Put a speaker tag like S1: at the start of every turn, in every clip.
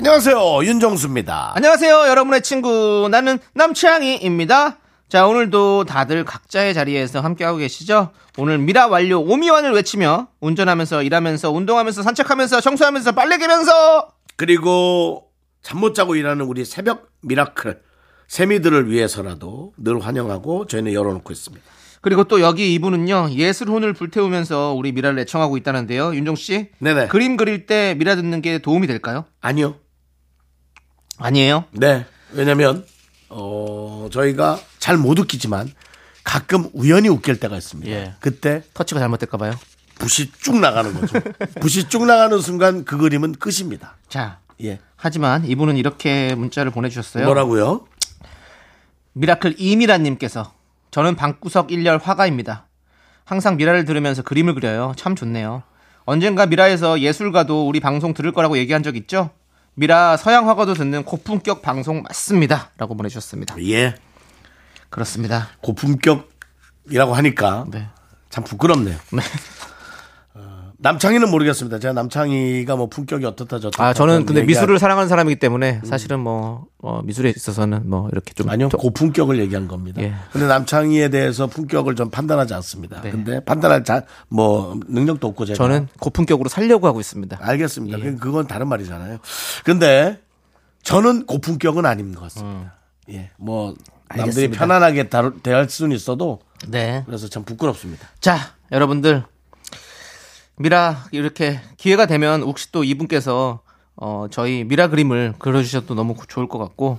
S1: 안녕하세요 윤정수입니다.
S2: 안녕하세요, 여러분의 친구. 나는 남창희입니다. 자, 오늘도 다들 각자의 자리에서 함께하고 계시죠? 오늘 미라 완료 오미완을 외치며 운전하면서 일하면서 운동하면서 산책하면서 청소하면서 빨래 개면서
S1: 그리고 잠 못 자고 일하는 우리 새벽 미라클 세미들을 위해서라도 늘 환영하고 저희는 열어놓고 있습니다.
S2: 그리고 또 여기 이분은요 예술혼을 불태우면서 우리 미라를 애청하고 있다는데요 윤종 씨
S1: 네네.
S2: 그림 그릴 때 미라 듣는 게 도움이 될까요?
S1: 아니요.
S2: 아니에요
S1: 네. 왜냐면 어, 저희가 잘 못 웃기지만 가끔 우연히 웃길 때가 있습니다.
S2: 예.
S1: 그때
S2: 터치가 잘못될까봐요
S1: 붓이 쭉 나가는 거죠. 붓이 쭉 나가는 순간 그 그림은 끝입니다.
S2: 자
S1: 예.
S2: 하지만 이분은 이렇게 문자를 보내주셨어요
S1: 뭐라고요?
S2: 미라클 이미라님께서 저는 방구석 일열 화가입니다. 항상 미라를 들으면서 그림을 그려요. 참 좋네요. 언젠가 미라에서 예술가도 우리 방송 들을 거라고 얘기한 적 있죠? 미라 서양 화가도 듣는 고품격 방송 맞습니다. 라고 보내주셨습니다.
S1: 예.
S2: 그렇습니다.
S1: 고품격이라고 하니까
S2: 네.
S1: 참 부끄럽네요.
S2: 네.
S1: 어, 남창희는 모르겠습니다. 제가 남창희가 뭐 품격이 어떻다 저렇다.
S2: 아, 저는
S1: 그런
S2: 근데
S1: 얘기가-
S2: 미술을 사랑하는 사람이기 때문에 사실은 뭐, 어, 미술에 있어서는 뭐 이렇게 좀.
S1: 아니요
S2: 저-
S1: 고품격을 얘기한 겁니다.
S2: 예.
S1: 근데 남창희에 대해서 품격을 좀 판단하지 않습니다.
S2: 네.
S1: 근데 판단할 자, 뭐 능력도 없고 제가
S2: 저는 예. 고품격으로 살려고 하고 있습니다.
S1: 알겠습니다. 그 그건 다른 말이잖아요. 근데 저는 고품격은 아닌 것 같습니다. 예, 뭐 남들이
S2: 음. 알겠습니다.
S1: 편안하게 다루- 대할 수는 있어도
S2: 네.
S1: 그래서 참 부끄럽습니다.
S2: 자, 여러분들. 미라, 이렇게 기회가 되면 혹시 또 이분께서 어, 저희 미라 그림을 그려주셔도 너무 고- 좋을 것 같고.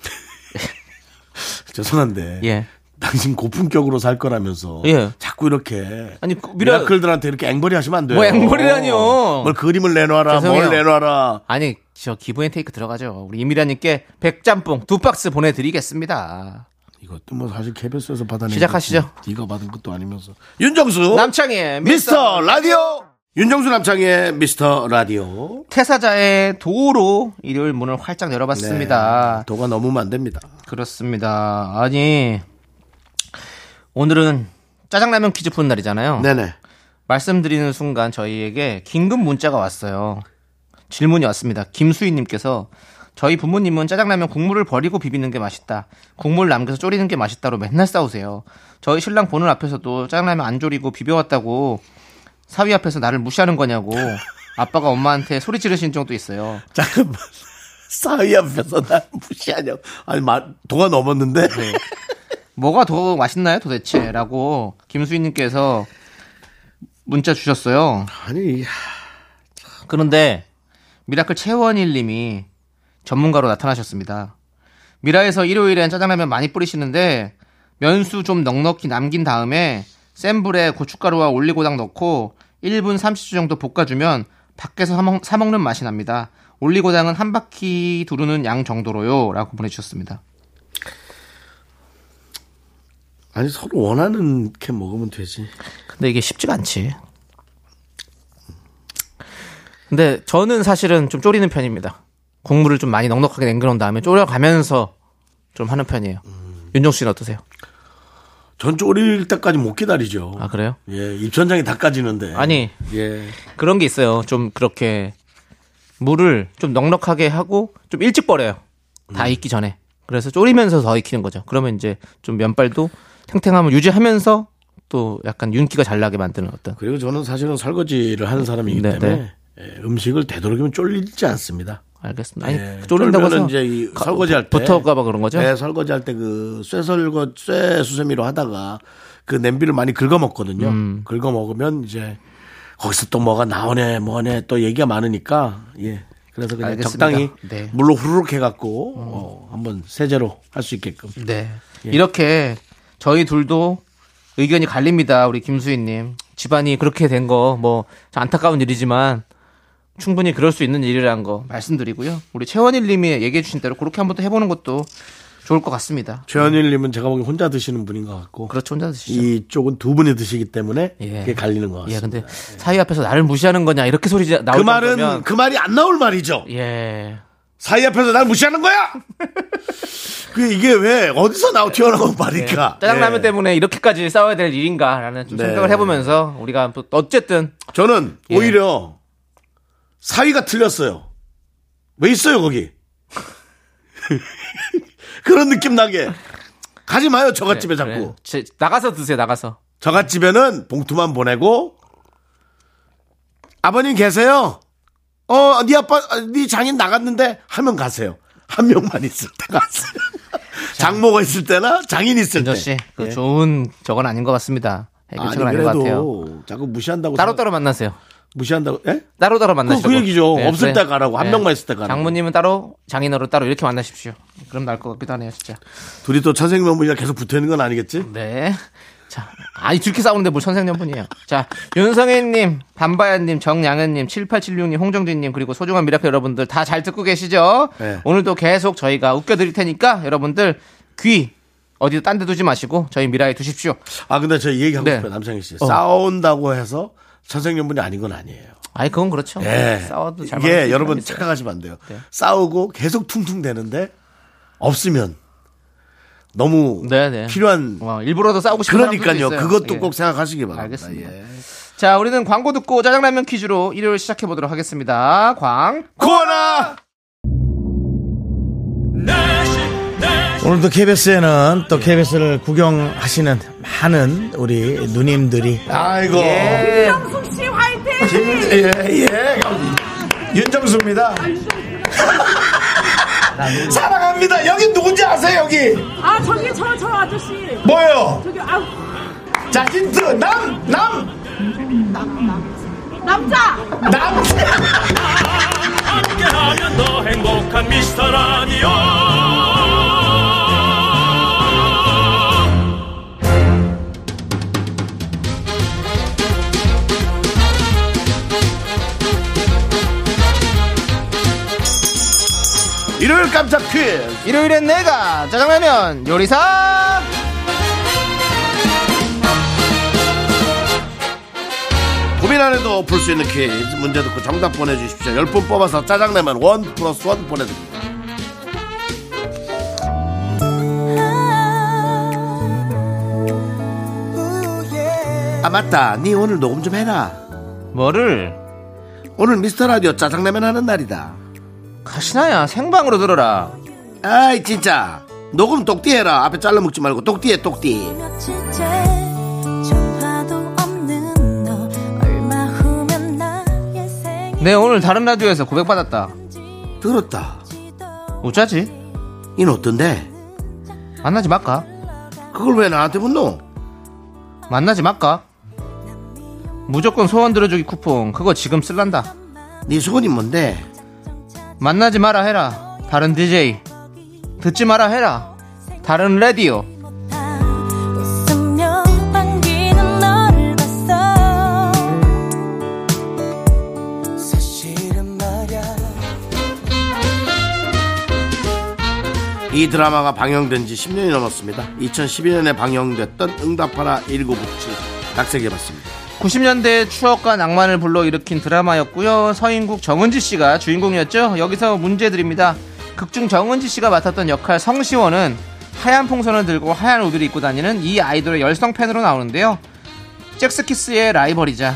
S1: 죄송한데
S2: 예.
S1: 당신 고품격으로 살 거라면서
S2: 예.
S1: 자꾸 이렇게
S2: 아니, 그 미라-
S1: 미라... 클들한테 이렇게 앵벌이 하시면 안 돼요.
S2: 뭐 앵벌이라니요.
S1: 뭘 그림을 내놔라,
S2: 죄송해요.
S1: 뭘 내놔라.
S2: 아니, 저 기부엔 테이크 들어가죠. 우리 이미라님께 백짬뽕 두 박스 보내드리겠습니다.
S1: 이것도 뭐 사실 KBS에서 받아낸
S2: 시작하시죠.
S1: 거지. 네가 받은 것도 아니면서 윤정수
S2: 남창희의 어? 미스터
S1: 미스터 라디오 윤정수 남창의 미스터 라디오
S2: 태사자의 도로 일요일 문을 활짝 열어봤습니다.
S1: 네, 도가 넘으면 안 됩니다.
S2: 네. 그렇습니다. 아니, 오늘은 짜장라면 퀴즈 푸는 날이잖아요.
S1: 네네.
S2: 말씀드리는 순간 저희에게 긴급 문자가 왔어요. 질문이 왔습니다. 김수희님께서 저희 부모님은 짜장라면 국물을 버리고 비비는 게 맛있다. 국물 남겨서 졸이는 게 맛있다로 맨날 싸우세요. 저희 신랑 보는 앞에서도 짜장라면 안 졸이고 비벼왔다고 사위 앞에서 나를 무시하는 거냐고 아빠가 엄마한테 소리 지르신 적도 있어요.
S1: 잠깐만. 사위 앞에서 날 무시하냐고. 아니, 말, 도가 넘었는데?
S2: 네. 뭐가 더 맛있나요 도대체? 라고 김수희님께서 문자 주셨어요.
S1: 아니,
S2: 그런데 미라클 최원일님이 전문가로 나타나셨습니다. 미라에서 일요일엔 짜장라면 많이 뿌리시는데 면수 좀 넉넉히 남긴 다음에 센 불에 고춧가루와 올리고당 넣고 1분 30초 정도 볶아주면 밖에서 사먹, 사먹는 맛이 납니다. 올리고당은 한 바퀴 두르는 양 정도로요. 라고 보내주셨습니다.
S1: 아니, 서로 원하는 게 먹으면 되지.
S2: 근데 이게 쉽지가 않지. 근데 저는 사실은 좀 졸이는 편입니다. 국물을 좀 많이 넉넉하게 냉그런 다음에 졸여가면서 좀 하는 편이에요. 윤종 씨는 어떠세요?
S1: 전 졸일 때까지 못 기다리죠.
S2: 아 그래요?
S1: 예, 입천장이 다 까지는데.
S2: 아니
S1: 예.
S2: 그런 게 있어요. 좀 그렇게 물을 좀 넉넉하게 하고 좀 일찍 버려요. 다 익기 전에. 그래서 졸이면서 더 익히는 거죠. 그러면 이제 좀 면발도 탱탱함을 유지하면서 또 약간 윤기가 잘 나게 만드는 어떤
S1: 그리고 저는 사실은 설거지를 하는 사람이기
S2: 네,
S1: 때문에 예, 음식을 되도록이면 쫄리지 않습니다.
S2: 알겠습니다. 아니
S1: 예,
S2: 졸인다고 해서
S1: 쫄면은 이제 이 설거지할 때
S2: 붙어가봐 뭐 그런 거죠?
S1: 네, 설거지할 때 그 쇠설거 쇠 수세미로 하다가 그 냄비를 많이 긁어 먹거든요.
S2: 음.
S1: 긁어 먹으면 이제 거기서 또 뭐가 나오네 뭐네 또 얘기가 많으니까 예. 그래서 그냥
S2: 알겠습니다.
S1: 적당히
S2: 네. 음.
S1: 물로 후루룩 해갖고 어, 한번 세제로 할 수 있게끔.
S2: 네.
S1: 예.
S2: 이렇게 저희 둘도 의견이 갈립니다. 우리 김수희님 집안이 그렇게 된 거 뭐 안타까운 일이지만 충분히 그럴 수 있는 일이라는 거 말씀드리고요. 우리 최원일 님이 얘기해 주신 대로 그렇게 한번 또 해보는 것도 좋을 것 같습니다.
S1: 최현일님은 제가 보기엔 혼자 드시는 분인 것 같고
S2: 그렇죠. 혼자 드시죠.
S1: 이쪽은 두 분이 드시기 때문에
S2: 예.
S1: 그게 갈리는 것 같습니다.
S2: 예, 근데 사위 앞에서 나를 무시하는 거냐 이렇게 소리 자- 나올
S1: 그 말은
S2: 정도면
S1: 그 말이 안 나올 말이죠.
S2: 예.
S1: 사이 앞에서 날 무시하는 거야. 그 이게 왜 어디서 나오 튀어나온 말일까?
S2: 짜장라면
S1: 예.
S2: 때문에 이렇게까지 싸워야 될 일인가라는 좀
S1: 네.
S2: 생각을 해보면서 우리가 또 어쨌든
S1: 저는
S2: 예.
S1: 오히려 사위가 틀렸어요. 왜 있어요 거기? 그런 느낌 나게 가지 마요 저갓집에
S2: 네, 그래,
S1: 자꾸.
S2: 그래. 제- 나가서 드세요. 나가서
S1: 저갓집에는 봉투만 보내고 아버님 계세요. 어, 네 아빠, 아, 네 장인 나갔는데 하면 가세요. 한 명만 있을 때 가세요. 장모가 있을 때나 장인 있을 때.
S2: 윤정 씨, 그 좋은 저건 아닌 것 같습니다.
S1: 예. 아니
S2: 해결책은 아닌것 같아요.
S1: 그래도 자꾸 무시한다고
S2: 따로
S1: 생각-
S2: 따로 만나세요.
S1: 무시한다고 예?
S2: 따로 따로 만나시고 네,
S1: 그 얘기죠. 없을 때 가라고, 한 명만 있을 때 가라고.
S2: 장모님은 따로, 장인어른 따로 이렇게 만나십시오. 그럼 날 것 같기도 하네요, 진짜.
S1: 둘이 또 천생연분이라 계속 붙어 있는 건 아니겠지?
S2: 네. 자, 아니, 둘렇게 싸우는데 뭘 천생연분이에요. 자, 윤성혜님, 반바야님, 정양은님, 7876님, 홍정진님, 그리고 소중한 미라클 여러분들 다 잘 듣고 계시죠?
S1: 네.
S2: 오늘도 계속 저희가 웃겨드릴 테니까 여러분들 귀, 어디 딴 데 두지 마시고 저희 미라에 두십시오.
S1: 아 근데 저 얘기하고
S2: 네.
S1: 싶어요 남창희 씨.
S2: 어.
S1: 싸운다고 해서 천생연분이 아닌 건 아니에요.
S2: 아니, 그건 그렇죠.
S1: 예.
S2: 싸워도 잘 맞는
S1: 이게
S2: 사람이
S1: 여러분
S2: 있어요.
S1: 착각하시면 안 돼요.
S2: 네.
S1: 싸우고 계속 퉁퉁대는데 없으면 너무
S2: 네네.
S1: 필요한
S2: 와, 어, 일부러도 싸우고 싶은 사람들도
S1: 그러니까요.
S2: 있어요.
S1: 그것도
S2: 예.
S1: 꼭 생각하시기 바랍니다.
S2: 알겠습니다.
S1: 예.
S2: 자, 우리는 광고 듣고 짜장라면 퀴즈로 일요일 시작해 보도록 하겠습니다. 광.
S1: 구원아!
S3: 오늘도 KBS에는 또 KBS를 구경하시는 많은 우리 누님들이
S1: 아이고.
S2: 예.
S4: 윤정숙 씨 화이팅!
S1: 예, 예. 윤정수입니다. 사랑합니다. 여기 누군지 아세요, 여기?
S4: 아 저기 저 저 아저씨
S1: 뭐예요?
S4: 저기 아
S1: 자, 힌트. 남! 남!
S4: 남자
S1: 남!
S5: 함께하면 더 행복한 미스터 라디오
S1: 일요일 깜짝 퀴즈.
S2: 일요일엔 내가 짜장라면 요리사.
S1: 고민 안 해도 풀 수 있는 퀴즈 문제 듣고 정답 보내주십시오 10분 뽑아서 짜장라면 원 플러스 원 보내드립니다 아 맞다 니 오늘 녹음 좀 해라
S2: 뭐를
S1: 오늘 미스터라디오 짜장라면 하는 날이다
S2: 가시나야 생방으로 들어라.
S1: 아이 진짜 녹음 똑띠 해라 앞에 잘라먹지 말고 똑띠 해 똑띠
S6: 며칠째 전화도 없는 너 얼마 후면 나의 생일지도
S2: 네 오늘 다른 라디오에서 고백 받았다.
S1: 들었다
S2: 어쩌지?
S1: 이는 어떤데
S2: 만나지 말까?
S1: 그걸 왜 나한테 묻노
S2: 만나지 말까? 무조건 소원 들어주기 쿠폰 그거 지금 쓸란다.
S1: 니 소원이 뭔데
S2: 만나지 마라 해라. 다른 DJ 듣지 마라 해라. 다른 라디오
S6: 못한 웃으며 반기는 너를 봤어
S1: 이 드라마가 방영된 지 10년이 넘었습니다. 2012년에 방영됐던 응답하라 1997 각색해봤습니다.
S2: 90년대의 추억과 낭만을 불러일으킨 드라마였고요. 서인국 정은지 씨가 주인공이었죠. 여기서 문제 드립니다. 극중 정은지 씨가 맡았던 역할 성시원은 하얀 풍선을 들고 하얀 우드를 입고 다니는 이 아이돌의 열성 팬으로 나오는데요. 잭스키스의 라이벌이자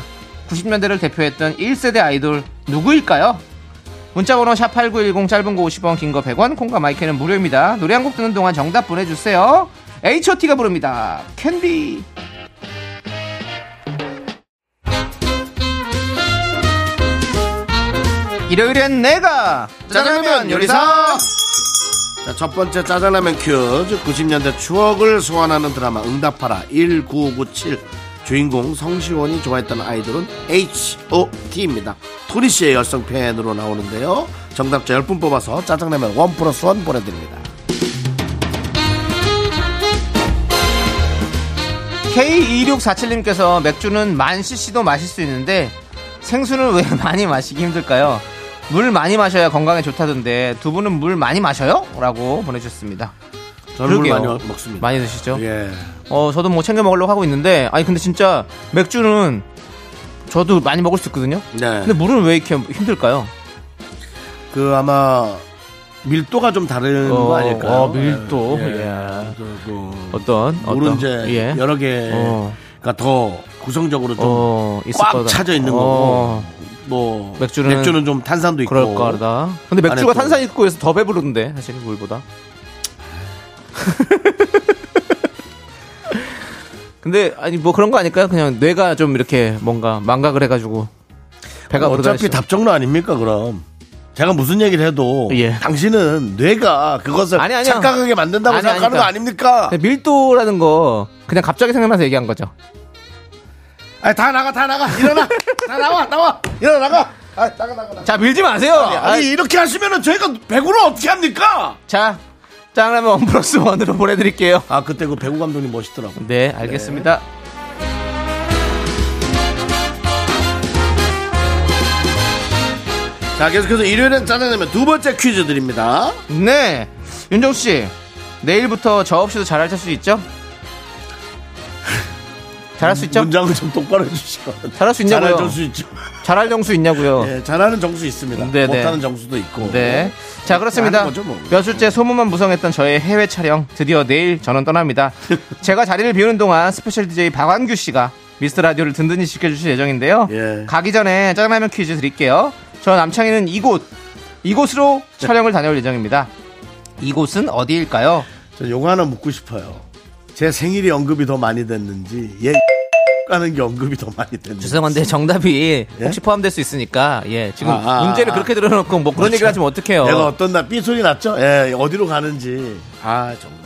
S2: 90년대를 대표했던 1세대 아이돌 누구일까요? 문자번호 샵8910 짧은 거 50원 긴 거 100원 콩과 마이크는 무료입니다. 노래 한 곡 듣는 동안 정답 보내주세요. H.O.T가 부릅니다. 캔디 일요일엔 내가 짜장라면 요리사
S1: 자, 첫 번째 짜장라면 퀴즈 90년대 추억을 소환하는 드라마 응답하라 1997 주인공 성시원이 좋아했던 아이돌은 H.O.T입니다. 토리 씨의 열성 팬으로 나오는데요. 정답자 10분 뽑아서 짜장라면 1 플러스 1 보내드립니다.
S2: K2647님께서 맥주는 만 cc도 마실 수 있는데 생수는 왜 많이 마시기 힘들까요? 물 많이 마셔야 건강에 좋다던데 두 분은 물 많이 마셔요? 라고 보내주셨습니다.
S1: 저는 물
S2: 그러게요.
S1: 많이 먹- 먹습니다.
S2: 많이 드시죠?
S1: 예.
S2: 어, 저도 뭐 챙겨 먹으려고 하고 있는데, 아니, 근데 진짜 맥주는 저도 많이 먹을 수 있거든요?
S1: 네.
S2: 근데 물은 왜 이렇게 힘들까요?
S1: 그 아마 밀도가 좀 다른 거 아닐까요?
S2: 어, 밀도.
S1: 예.
S2: 예.
S1: 그, 그,
S2: 어떤,
S1: 물은
S2: 어떤.
S1: 이제
S2: 예.
S1: 여러 개가
S2: 어.
S1: 더 구성적으로 좀 꽉
S2: 어, 있을 거다.
S1: 차져 있는
S2: 어,
S1: 거고. 뭐
S2: 맥주는-
S1: 좀 탄산도 있고.
S2: 그럴 거다. 근데
S1: 안에
S2: 맥주가
S1: 또-
S2: 탄산 있고 해서 더 배부른데, 사실 물보다. 근데 아니 뭐 그런 거 아닐까요? 그냥 뇌가 좀 이렇게 뭔가 망각을 해가지고 배가
S1: 어차피
S2: 부르다니시-
S1: 답정로 아닙니까 그럼? 제가 무슨 얘기를 해도
S2: 예.
S1: 당신은 뇌가 그것을
S2: 아니, 아니요.
S1: 착각하게 만든다고
S2: 아니, 그러니까. 네.
S1: 생각하는 거 아닙니까?
S2: 근데 밀도라는 거 그냥 갑자기 생각나서 얘기한 거죠.
S1: 아니, 다 나가 다 나가 일어나 다 나와 나와 일어나 나가 아, 나가 나가 나가
S2: 자 밀지 마세요.
S1: 아니 이렇게 하시면은 저희가 100으로 어떻게 합니까?
S2: 아, 자 짱라면 원 플러스 원으로 보내드릴게요.
S1: 아 그때 그 배구 감독님 멋있더라고.
S2: 네 알겠습니다.
S1: 자 계속해서 일요일엔 짜장라면 두 번째 퀴즈 드립니다.
S2: 네 윤정수 씨 내일부터 저 없이도 잘하실 수 있죠? 잘할 수 있죠?
S1: 문장을 좀 똑바로 해주시고
S2: 잘할 수 있냐고요?
S1: 잘할 수 있죠.
S2: 잘할 정수 있냐고요?
S1: 예, 잘하는 정수 있습니다.
S2: 네, 네.
S1: 못하는 정수도 있고.
S2: 네. 자, 그렇습니다.
S1: 하는 거죠, 뭐.
S2: 몇 주째 소문만 무성했던 저의 해외 촬영 드디어 내일 저는 떠납니다. 제가 자리를 비우는 동안 스페셜 DJ 박완규 씨가 미스터 라디오를 든든히 지켜주실 예정인데요.
S1: 예.
S2: 가기 전에 짜장라면 퀴즈 드릴게요. 저 남창희는 이곳 이곳으로 촬영을 다녀올 예정입니다. 이곳은 어디일까요?
S1: 저 요거 하나 묻고 싶어요. 제 생일이 언급이 더 많이 됐는지 얘 가는 게 언급이 더 많이 됐는지.
S2: 죄송한데 정답이
S1: 예?
S2: 혹시 포함될 수 있으니까 예 지금
S1: 아, 아,
S2: 문제를
S1: 아.
S2: 그렇게 들어놓고 뭐 그런 얘기를 하시면 어떡해요?
S1: 내가 어떤 날 삐소리 났죠? 예, 어디로 가는지. 아 정말.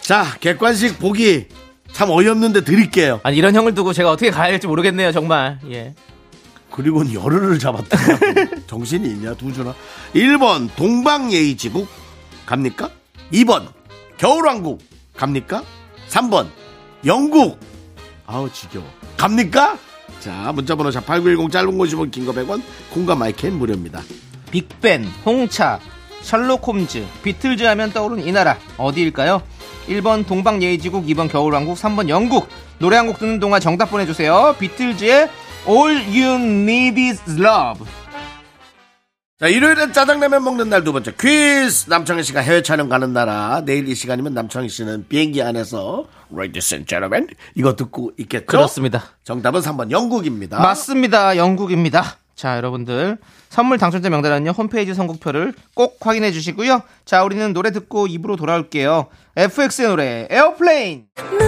S1: 자 객관식 보기 참 어이없는데 드릴게요.
S2: 아니 이런 형을 두고 제가 어떻게 가야 할지 모르겠네요 정말 예.
S1: 그리고는 열흘을 잡았다. 정신이 있냐, 두 주나. 1번, 동방예의지국. 갑니까? 2번, 겨울왕국. 갑니까? 3번, 영국. 아우, 지겨워. 갑니까? 자, 문자번호 자8910 짧은 50원, 긴거 100원, 콩과 마이캔 무료입니다.
S2: 빅벤, 홍차, 셜록 홈즈, 비틀즈 하면 떠오른 이 나라 어디일까요? 1번 동방예의지국, 2번 겨울왕국, 3번 영국. 노래 한 곡 듣는 동안 정답 보내주세요. 비틀즈의 All You Need Is Love.
S1: 자, 일요일엔 짜장라면 먹는 날 두 번째 퀴즈. 남창희 씨가 해외 촬영 가는 나라. 내일 이 시간이면 남창희 씨는 비행기 안에서 Ladies and Gentlemen 이거 듣고 있겠죠?
S2: 그렇습니다.
S1: 정답은 3번 영국입니다.
S2: 아, 맞습니다. 영국입니다. 자, 여러분들 선물 당첨자 명단은요. 홈페이지 선곡표를 꼭 확인해 주시고요. 자, 우리는 노래 듣고 입으로 돌아올게요. FX의 노래 에어플레인.
S6: 넌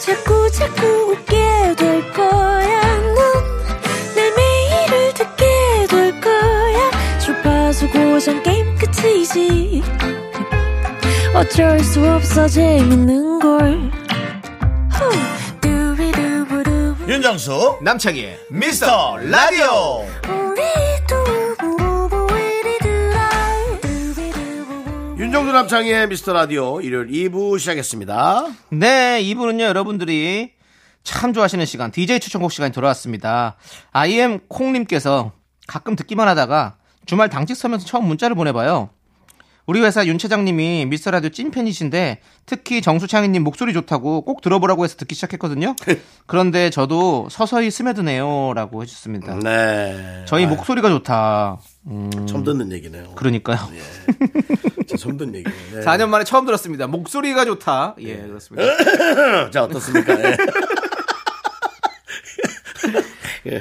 S6: 자꾸 자꾸 웃게 될 거야. 넌내 매일을 듣게 될 거야. 주파수 고정 게임 끝이지. 어쩔 수 없어 재밌는 걸. 후. 두비두부두.
S3: 윤정수
S2: 남창희의
S3: 미스터 라디오
S6: 우리 두부부부 우리들아. 두비두부부.
S1: 윤정수 남창희의 미스터 라디오 일요일 2부 시작했습니다.
S2: 네, 이분은요, 여러분들이 참 좋아하시는 시간, DJ 추천곡 시간이 돌아왔습니다. IM 콩님께서 가끔 듣기만 하다가 주말 당직 서면서 처음 문자를 보내봐요. 우리 회사 윤 차장님이 미스터 라디오 찐팬이신데 특히 정수창희님 목소리 좋다고 꼭 들어보라고 해서 듣기 시작했거든요. 그런데 저도 서서히 음, 스며드네요. 아, 예. 라고 해주셨습니다.
S1: 네.
S2: 저희 목소리가 좋다.
S1: 처음 듣는 얘기네요.
S2: 그러니까요.
S1: 진짜 처음 듣는 얘기네요. 네.
S2: 4년 만에 처음 들었습니다. 목소리가 좋다. 예, 그렇습니다.
S1: 자, 어떻습니까? 예.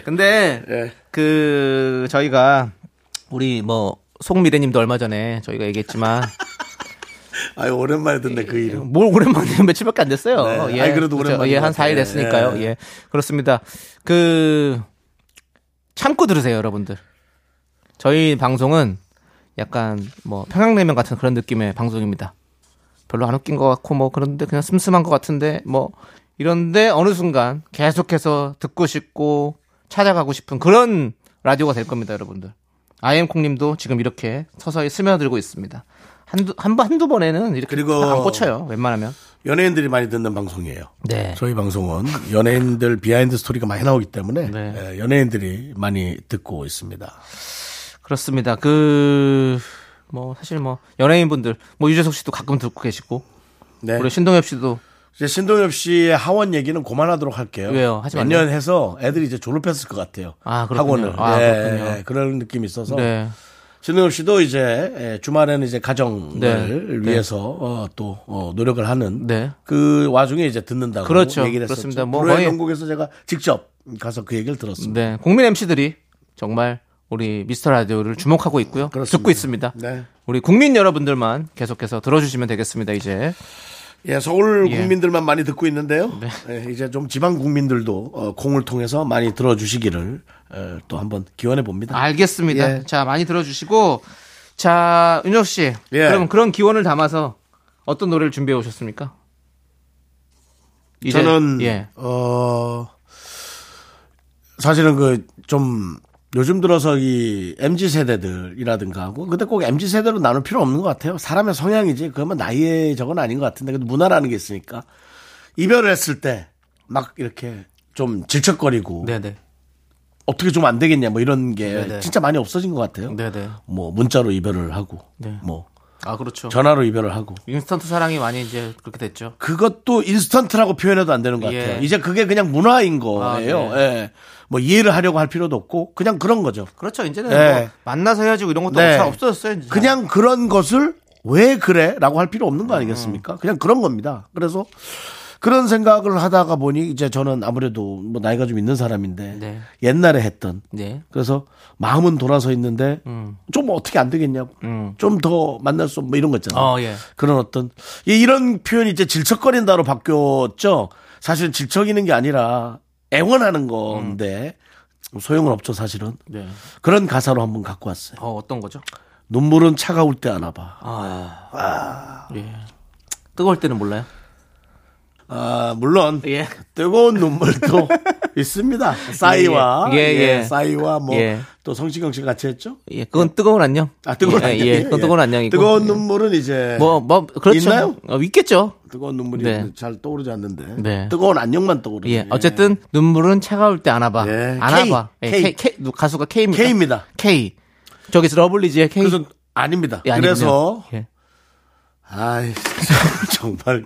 S2: 근데
S1: 예.
S2: 그 저희가 우리 뭐 송미래님도 얼마 전에 저희가 얘기했지만
S1: 아유, 오랜만에 듣네, 그 이름.
S2: 뭘 오랜만에 며칠밖에 안 됐어요.
S1: 네. 아니, 그래도 오랜만인
S2: 예, 한
S1: 것 같아요.
S2: 4일 됐으니까요.
S1: 예.
S2: 예. 그렇습니다. 그 참고 들으세요, 여러분들. 저희 방송은 약간 뭐 평양냉면 같은 그런 느낌의 방송입니다. 별로 안 웃긴 것 같고 뭐 그런데 그냥 슴슴한 것 같은데 뭐 이런데 어느 순간 계속해서 듣고 싶고 찾아가고 싶은 그런 라디오가 될 겁니다, 여러분들. 아이엠콩님도 지금 이렇게 서서히 스며들고 있습니다. 한두 한번 한두 번에는 이렇게
S1: 그리고-
S2: 안 꽂혀요. 웬만하면.
S1: 연예인들이 많이 듣는 방송이에요.
S2: 네.
S1: 저희 방송은 연예인들 비하인드 스토리가 많이 나오기 때문에
S2: 네.
S1: 예, 연예인들이 많이 듣고 있습니다.
S2: 그렇습니다. 그 뭐 사실 뭐 연예인분들 뭐 유재석 씨도 가끔 듣고 계시고
S1: 네.
S2: 우리 신동엽 씨도
S1: 이제 신동엽 씨의 하원 얘기는 그만하도록 할게요.
S2: 왜요? 하지 말래요?
S1: 몇년 해서 애들이 이제 졸업했을 것 같아요.
S2: 아, 그렇군요.
S1: 학원을.
S2: 아,
S1: 예,
S2: 그렇군요.
S1: 예, 그런 느낌이 있어서
S2: 네.
S1: 신동엽 씨도 이제 예, 주말에는 이제 가정을
S2: 네.
S1: 위해서 어, 또 어, 노력을 하는
S2: 네.
S1: 그 와중에 이제 듣는다고
S2: 그렇죠.
S1: 얘기를 했었죠.
S2: 그렇습니다. 뭐
S1: 프로의
S2: 거의-
S1: 영국에서 제가 직접 가서 그 얘기를 들었습니다.
S2: 네. 국민 MC들이 정말 우리 미스터 라디오를 주목하고 있고요.
S1: 그렇습니다.
S2: 듣고 있습니다.
S1: 네.
S2: 우리 국민 여러분들만 계속해서 들어주시면 되겠습니다. 이제
S1: 예, 서울
S2: 예. 네.
S1: 국민들만 많이 듣고 있는데요. 예, 이제 좀 지방 국민들도 어, 공을 통해서 많이 들어주시기를 어, 또 한번 기원해
S2: 아,
S1: 봅니다.
S2: 알겠습니다.
S1: 예.
S2: 자 많이 들어주시고 자 윤혁 씨
S1: 예.
S2: 그럼 그런 기원을 담아서 어떤 노래를 준비해 오셨습니까? 이제-
S1: 저는
S2: 예.
S1: 어 사실은 그 좀 요즘 들어서 이 mz 세대들이라든가 하고 근데 꼭 mz 세대로 나눌 필요 없는 것 같아요. 사람의 성향이지 그러면 나이의 적은 아닌 것 같은데 그래도 문화라는 게 있으니까 이별을 했을 때 막 이렇게 좀 질척거리고
S2: 네네
S1: 어떻게 좀 안 되겠냐 뭐 이런 게
S2: 네네.
S1: 진짜 많이 없어진 것 같아요.
S2: 네네
S1: 뭐 문자로 이별을 하고
S2: 네.
S1: 뭐
S2: 아 그렇죠.
S1: 전화로 이별을 하고
S2: 인스턴트 사랑이 많이 이제 그렇게 됐죠.
S1: 그것도 인스턴트라고 표현해도 안 되는 것
S2: 예.
S1: 같아요. 이제 그게 그냥 문화인 거예요.
S2: 아,
S1: 예. 뭐 이해를 하려고 할 필요도 없고 그냥 그런 거죠.
S2: 그렇죠. 이제는
S1: 네.
S2: 뭐 만나서 헤어지고 이런 것도
S1: 네.
S2: 잘 없어졌어요. 이제.
S1: 그냥 그런 것을 왜 그래? 라고 할 필요 없는 거 아니겠습니까? 그냥 그런 겁니다. 그래서 그런 생각을 하다가 보니 이제 저는 아무래도 뭐 나이가 좀 있는 사람인데
S2: 네.
S1: 옛날에 했던
S2: 네.
S1: 그래서 마음은 돌아서 있는데 좀 어떻게 안 되겠냐고
S2: 음.
S1: 좀 더 만날 수 없- 뭐 이런 거 있잖아요.
S2: 어, 예.
S1: 그런 어떤 이- 이런 표현이 이제 질척거린다로 바뀌었죠. 사실은 질척이는 게 아니라 애원하는 건데 소용은 없죠 사실은.
S2: 네.
S1: 그런 가사로 한번 갖고 왔어요.
S2: 어 어떤 거죠?
S1: 눈물은 차가울 때 아나 봐.
S2: 아, 예. 뜨거울 때는 몰라요.
S1: 아, 물론
S2: 예.
S1: 뜨거운 눈물도 있습니다. 싸이와
S2: 예, 예. 예, 예.
S1: 싸이와 뭐 또
S2: 예.
S1: 성시경 씨가 같이 했죠.
S2: 예, 그건 뜨거운 안녕.
S1: 아 뜨거운
S2: 예,
S1: 안녕.
S2: 예, 그건 뜨거운 안녕이고.
S1: 뜨거운 눈물은 이제
S2: 뭐, 뭐, 그렇죠.
S1: 있나요?
S2: 어, 있겠죠.
S1: 뜨거운 눈물이
S2: 네.
S1: 잘 떠오르지 않는데
S2: 네.
S1: 뜨거운 안녕만 떠오르네.
S2: 예, 어쨌든 눈물은 차가울 때 안아봐.
S1: 예,
S2: 안아봐.
S1: K,
S2: 예,
S1: K.
S2: K, K, 가수가 K입니다.
S1: K입니다.
S2: K. 저기 러블리즈의 K.
S1: 그래서 아닙니다.
S2: 예, 아니군요.
S1: 그래서
S2: 예.
S1: 아이 정말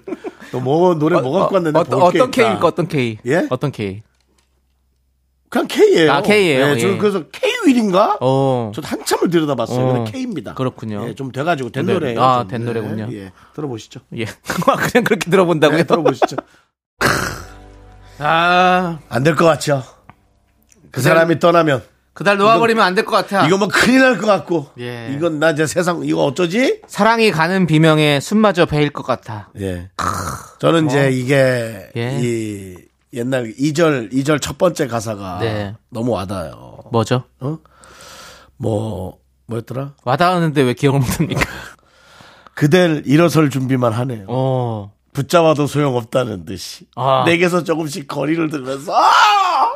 S1: 또 뭐 노래 뭐 갖고 왔는데
S2: 어, 떤
S1: 볼게
S2: 어떤
S1: 있다.
S2: K일까? 어떤 K?
S1: 예?
S2: 어떤 K?
S1: 그냥 K예요.
S2: 아, K예요.
S1: 예, 저는
S2: 예.
S1: 그래서 K 윌인가?
S2: 어.
S1: 저도 한참을 들여다봤어요.
S2: 어.
S1: 근데 K입니다.
S2: 그렇군요.
S1: 예, 좀 돼가지고 된
S2: 네.
S1: 노래예요.
S2: 아,
S1: 좀.
S2: 된
S1: 네,
S2: 노래군요.
S1: 예, 들어보시죠.
S2: 예. 그냥 그렇게 들어본다고요?
S1: 네, 들어보시죠.
S2: 아,
S1: 안 될 것 같죠. 그 사람이 떠나면
S2: 그달 놓아버리면 안 될 것 같아.
S1: 이거 뭐 큰일 날 것 같고
S2: 예.
S1: 이건 나 이제 세상 이거 어쩌지?
S2: 사랑이 가는 비명에 숨마저 베일 것 같아.
S1: 예. 저는 이제 이게
S2: 어? 예.
S1: 이 옛날 2절 2절 첫 번째 가사가
S2: 네.
S1: 너무 와닿아요.
S2: 뭐죠?
S1: 뭐 뭐였더라?
S2: 와닿았는데 왜 기억을 못합니까?
S1: 그댈 일어설 준비만 하네요.
S2: 어.
S1: 붙잡아도 소용없다는 듯이
S2: 아.
S1: 내게서 조금씩 거리를 두면서 아!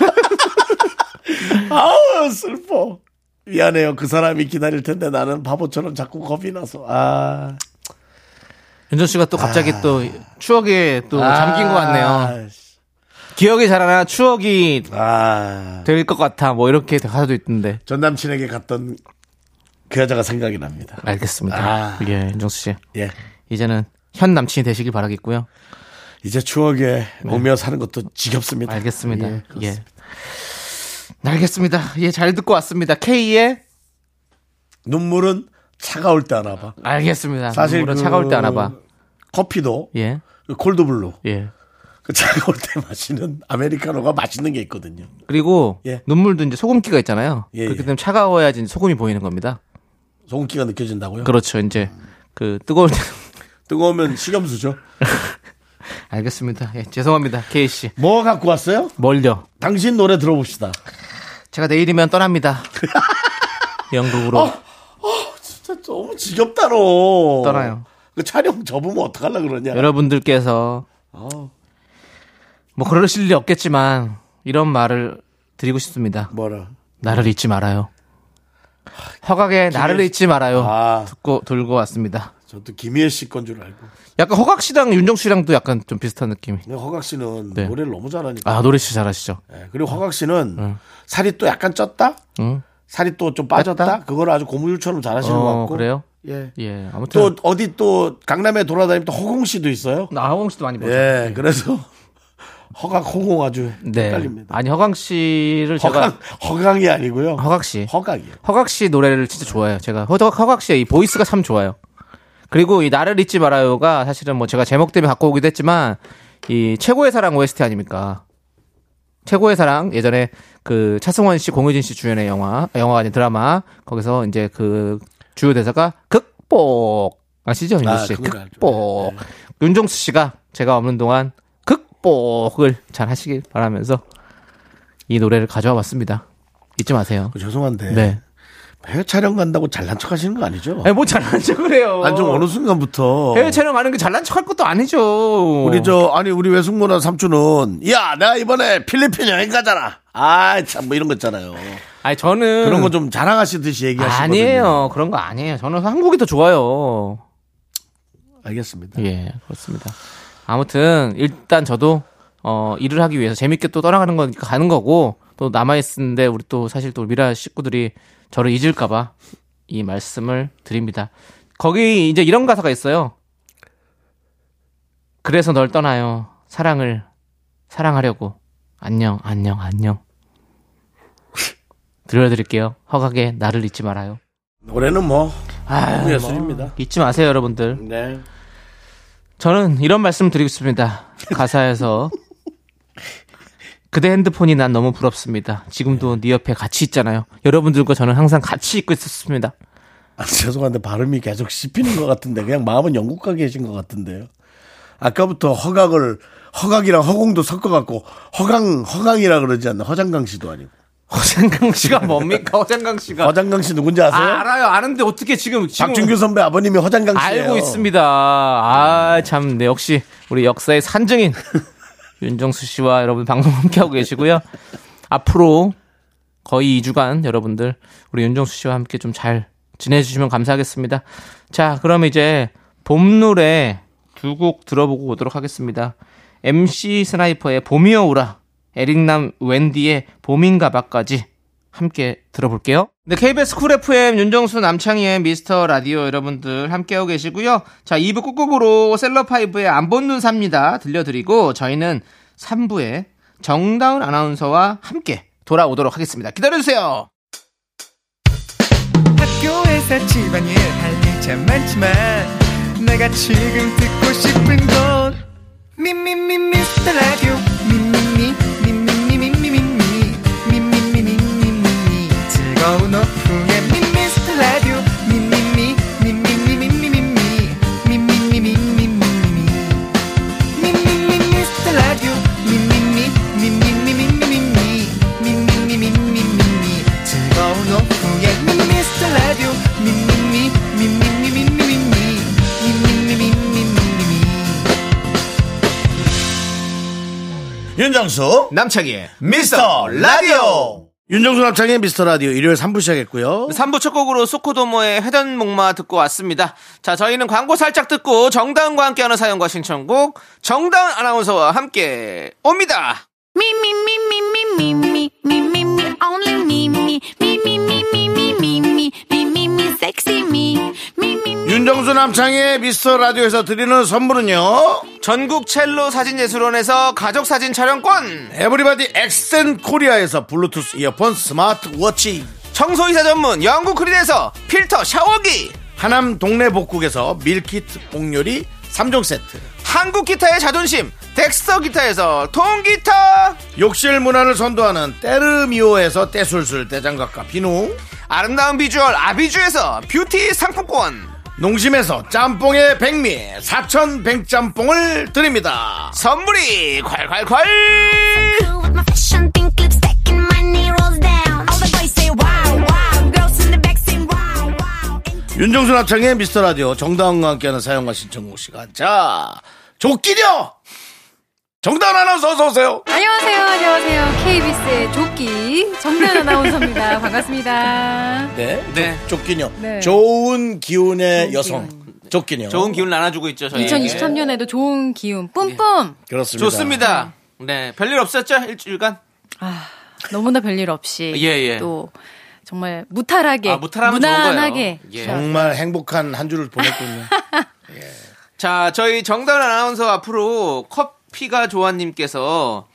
S1: 아우 슬퍼. 미안해요. 그 사람이 기다릴 텐데 나는 바보처럼 자꾸 겁이 나서 아
S2: 윤정 씨가 또 갑자기 또 추억에 또
S1: 아.
S2: 아, 잠긴 것 같네요.
S1: 아이씨.
S2: 기억이 자라나 추억이
S1: 아.
S2: 될 것 같아. 뭐 이렇게 가사도 있던데.
S1: 전 남친에게 갔던 그 여자가 생각이 납니다.
S2: 알겠습니다.
S1: 아.
S2: 예, 윤정수 씨.
S1: 예.
S2: 이제는 현 남친이 되시길 바라겠고요.
S1: 이제 추억에 오며 사는 것도 지겹습니다.
S2: 네. 알겠습니다.
S1: 예,
S2: 예.
S1: 그렇습니다.
S2: 알겠습니다. 예, 잘 듣고 왔습니다. K의
S1: 눈물은 차가울 때 알아봐.
S2: 알겠습니다.
S1: 사실
S2: 사실 은
S1: 그-
S2: 차가울 때 안아봐.
S1: 커피도
S2: 예.
S1: 그 콜드블루
S2: 예.
S1: 그 차가울 때 마시는 아메리카노가 맛있는 게 있거든요.
S2: 그리고
S1: 예.
S2: 눈물도 이제 소금기가 있잖아요.
S1: 예,
S2: 그렇기
S1: 예.
S2: 때문에 차가워야지 이제 소금이 보이는 겁니다.
S1: 소금기가 느껴진다고요?
S2: 그렇죠. 이제 그 뜨거울 때
S1: 뜨거우면 식염수죠.
S2: 알겠습니다. 예, 죄송합니다. K 씨.
S1: 뭐 갖고 왔어요?
S2: 멀려.
S1: 당신 노래 들어봅시다.
S2: 제가 내일이면 떠납니다. 어? 영국으로.
S1: 진짜 너무 지겹다로.
S2: 떠나요.
S1: 그 촬영 접으면 어떡하려 그러냐.
S2: 여러분들께서
S1: 아우,
S2: 뭐 그러실 리 없겠지만 이런 말을 드리고 싶습니다.
S1: 뭐라.
S2: 나를 잊지 말아요. 허각의 나를 잊지 말아요.
S1: 아.
S2: 듣고 들고 왔습니다.
S1: 저도 김희애 씨 건 줄 알고.
S2: 약간 허각 씨랑 윤정 씨랑도 약간 좀 비슷한 느낌이.
S1: 근데 허각 씨는
S2: 네.
S1: 노래를 너무 잘하니까.
S2: 아 노래 씨 잘하시죠.
S1: 예, 그리고 허각 씨는 살이 또 약간 쪘다? 살이 또 좀 빠졌다?
S2: 뺐다?
S1: 그걸 아주 고무줄처럼 잘하시는 것
S2: 어
S1: 같고.
S2: 그래요?
S1: 예.
S2: 예
S1: 또
S2: 아무튼
S1: 어디 또 강남에 돌아다니면 또 허공 씨도 있어요.
S2: 나홍 씨도 많이 보죠.
S1: 예, 그래서 허각 허공 아주
S2: 네.
S1: 헷갈립니다.
S2: 아니 허강 씨를
S1: 허강
S2: 제가
S1: 허강이 아니고요.
S2: 허각 씨.
S1: 허각이요.
S2: 허각 씨 노래를 진짜 좋아해요. 제가 허각, 허각 씨의 이 보이스가 참 좋아요. 그리고 이 나를 잊지 말아요가 사실은 뭐 제가 제목 때문에 갖고 오기도 했지만 이 최고의 사랑 OST 아닙니까? 최고의 사랑 예전에 그 차승원 씨, 공효진 씨 주연의 영화, 영화가 아닌 드라마 거기서 이제 그 주요 대사가 극복 아시죠, 윤종 씨?
S1: 아, 그건 알죠. 네.
S2: 극복. 윤종수 씨가 제가 없는 동안 극복을 잘 하시길 바라면서 이 노래를 가져와 봤습니다. 잊지 마세요.
S1: 그 죄송한데
S2: 네.
S1: 해외 촬영 간다고 잘난 척하시는 거 아니죠?
S2: 아니, 뭐 잘난 척을 해요.
S1: 아니 좀 어느 순간부터
S2: 해외 촬영 가는 게 잘난 척 할 것도 아니죠.
S1: 우리 저 아니 우리 외숙모나 삼촌은 야 내가 이번에 필리핀 여행 가잖아. 아참 뭐 이런 거 있잖아요.
S2: 아니, 저는.
S1: 그런 거 좀 자랑하시듯이 얘기하시거든요.
S2: 아니에요. 그런 거 아니에요. 저는 한국이 더 좋아요.
S1: 알겠습니다.
S2: 예, 그렇습니다. 아무튼, 일단 저도, 어, 일을 하기 위해서 재밌게 또 떠나가는 거니까 가는 거고, 또 남아있는데, 우리 또 사실 또 미라 식구들이 저를 잊을까봐 이 말씀을 드립니다. 거기 이제 이런 가사가 있어요. 그래서 널 떠나요. 사랑을, 사랑하려고. 안녕, 안녕, 안녕. 들려드릴게요. 허각의 나를 잊지 말아요.
S1: 노래는 뭐
S2: 아유,
S1: 너무 예술입니다.
S2: 잊지 마세요, 여러분들.
S1: 네.
S2: 저는 이런 말씀 드리고 싶습니다. 가사에서 그대 핸드폰이 난 너무 부럽습니다. 지금도 네 옆에 같이 있잖아요. 여러분들과 저는 항상 같이 있고 있었습니다.
S1: 아, 죄송한데 발음이 계속 씹히는 것 같은데 그냥 마음은 영국 가 계신 것 같은데요. 아까부터 허각을 허각이랑 허공도 섞어갖고 허강 허강이라 그러지 않나 허장강 씨도 아니고
S2: 허장강 씨가 뭡니까? 허장강 씨가
S1: 허장강 씨 누군지 아세요?
S2: 아, 알아요. 아는데 어떻게 지금 지금
S1: 박준규 선배 아버님이 허장강 씨예요.
S2: 알고 있습니다. 아, 참, 네, 역시 우리 역사의 산증인 윤정수 씨와 여러분 방송 함께하고 계시고요. 앞으로 거의 2주간 여러분들 우리 윤정수 씨와 함께 좀 잘 지내주시면 감사하겠습니다. 자, 그럼 이제 봄 노래 두 곡 들어보고 오도록 하겠습니다. MC 스나이퍼의 봄이여 오라, 에릭남 웬디의 봄인가 봐까지 함께 들어볼게요. 네, KBS 쿨 FM 윤정수 남창희의 미스터 라디오 여러분들 함께하고 계시고요. 자, 2부 꾹꾹으로 셀러파이브의 안 본눈 삽니다 들려드리고 저희는 3부에 정다운 아나운서와 함께 돌아오도록 하겠습니다. 기다려주세요.
S7: 학교에서 집안일 할 일 참 많지만 내가 지금 듣고 싶은 건 미미미 미스터 라디오 미미미 미미미 미미미 미미미 미미미 즐거운 오후에 미스터 라디오 미미미 미미미 미미미 미미미 미미미
S3: 윤정수
S2: 남창희의
S3: 미스터 라디오
S1: 윤정수 합창의 미스터 라디오 일요일 3부 시작했고요.
S2: 3부 첫 곡으로 소코도모의 회전목마 듣고 왔습니다. 자, 저희는 광고 살짝 듣고 정다운과 함께하는 사연과 신청곡 정다운 아나운서와 함께 옵니다.
S6: Me, me, me, me, me, me, me, me, me, me, only me, me, me, me, me, me, me, me, me, me, me, me, sexy me, me, me, me.
S1: 윤정수 남창의 미스터 라디오에서 드리는 선물은요.
S2: 전국 첼로 사진예술원에서 가족사진 촬영권
S1: 에브리바디 엑센 코리아에서 블루투스 이어폰 스마트워치
S2: 청소이사 전문 영국 크린에서 필터 샤워기
S1: 하남 동네 복국에서 밀키트 복요리 3종 세트
S2: 한국 기타의 자존심 덱스터 기타에서 통기타
S1: 욕실 문화를 선도하는 때르미오에서 때술술 대장갑과 비누
S2: 아름다운 비주얼 아비주에서 뷰티 상품권
S1: 농심에서 짬뽕의 백미 사천 백짬뽕을 드립니다
S2: 선물이 콸콸콸
S6: With my fashion pink lipstick and my knee rolls down. All the boys say wow, wow. Girls in the back say wow, wow. And
S1: 윤정수 남창의 미스터 라디오 정다은과 함께하는 사용과 신청곡 시간 자 조끼려 정다은 아나운서 어서오세요
S8: 안녕하세요, 안녕하세요. KBS의 조끼 정단 아나운서입니다. 반갑습니다.
S1: 네.
S2: 네.
S1: 조끼녀.
S8: 네.
S1: 좋은 기운의 여성. 조끼녀.
S2: 좋은 기운 나눠주고 있죠, 저희.
S8: 2023년에도 좋은 기운 뿜뿜.
S1: 그렇습니다.
S2: 좋습니다. 네, 별일 없었죠? 일주일간?
S8: 너무나 별일 없이
S2: 예, 예.
S8: 또 정말 무탈하게
S2: 아, 무탈하면 좋은 거예요.
S8: 무난하게
S2: 예.
S1: 정말 행복한 한 주를 보냈군요.
S2: 자, 저희 정다은 아나운서 앞으로 커피가 조아님께서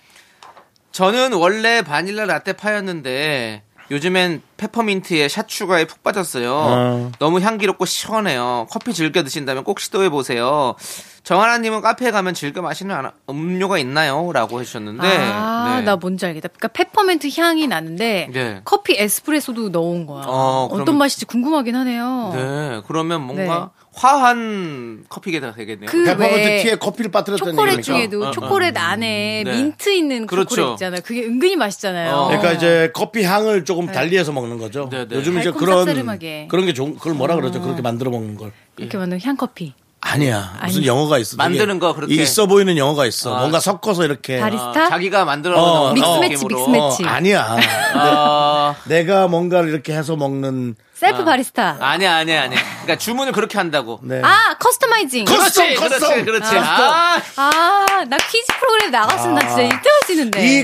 S2: 저는 원래 바닐라 라떼 파였는데 요즘엔 페퍼민트에 샷 추가에 푹 빠졌어요.
S1: 아.
S2: 너무 향기롭고 시원해요. 커피 즐겨 드신다면 꼭 시도해 보세요. 정하나님은 카페에 가면 즐겨 마시는 아나- 음료가 있나요?라고 해주셨는데
S8: 아,
S2: 네.
S8: 나 뭔지 알겠다. 그러니까 페퍼멘트 향이 나는데
S2: 네.
S8: 커피 에스프레소도 넣은 거야.
S2: 어,
S8: 어,
S2: 그럼-
S8: 떤 맛일지 궁금하긴 하네요.
S2: 네, 그러면 뭔가 화한 커피가 되겠네요.
S8: 그
S1: 페퍼먼트
S8: 외에
S1: 티에 커피를 빠뜨렸다는
S8: 초콜릿
S1: 얘기니까.
S8: 중에도
S2: 어, 어.
S8: 초콜릿 안에
S2: 네.
S8: 민트 있는
S2: 그렇죠.
S8: 초콜릿 있잖아요. 그게 은근히 맛있잖아요.
S2: 어.
S1: 그러니까 이제 커피 향을 조금 달리해서 먹는 거죠.
S2: 네, 네.
S1: 요즘 이제
S8: 네. 달콤
S1: 그런
S8: 쌉싸름하게. 음.
S1: 그런 게 좋은 그걸 뭐라 그러죠? 그렇게 만들어 먹는 걸.
S8: 이렇게 만든 향커피.
S1: 아니야. 무슨
S8: 아니.
S1: 영어가 있어. 되게
S2: 만드는 거 그렇게.
S1: 이게 있어 보이는 영어가 있어.
S2: 아.
S1: 뭔가 섞어서 이렇게.
S8: 다리-
S2: 아,
S8: 스타?
S2: 자기가 만들어
S1: 어,
S2: 놓은
S1: 믹스
S8: 매치,
S2: 느낌으로.
S8: 믹스 매치.
S1: 어, 아니야.
S2: 어,
S1: 내가 뭔가를 이렇게 해서 먹는
S8: 셀프 바리스타. 아,
S2: 아니야, 아니야, 아니야. 그러니까 주문을 그렇게 한다고.
S1: 네.
S8: 커스터마이징.
S1: 커-
S2: 그렇지,
S1: 커스텀, 커스텀.
S2: 그렇지, 그렇지. 아,
S8: 아, 나 퀴즈 프로그램 나갔으면 나 진짜 1등 할 수 있는데.
S1: 이-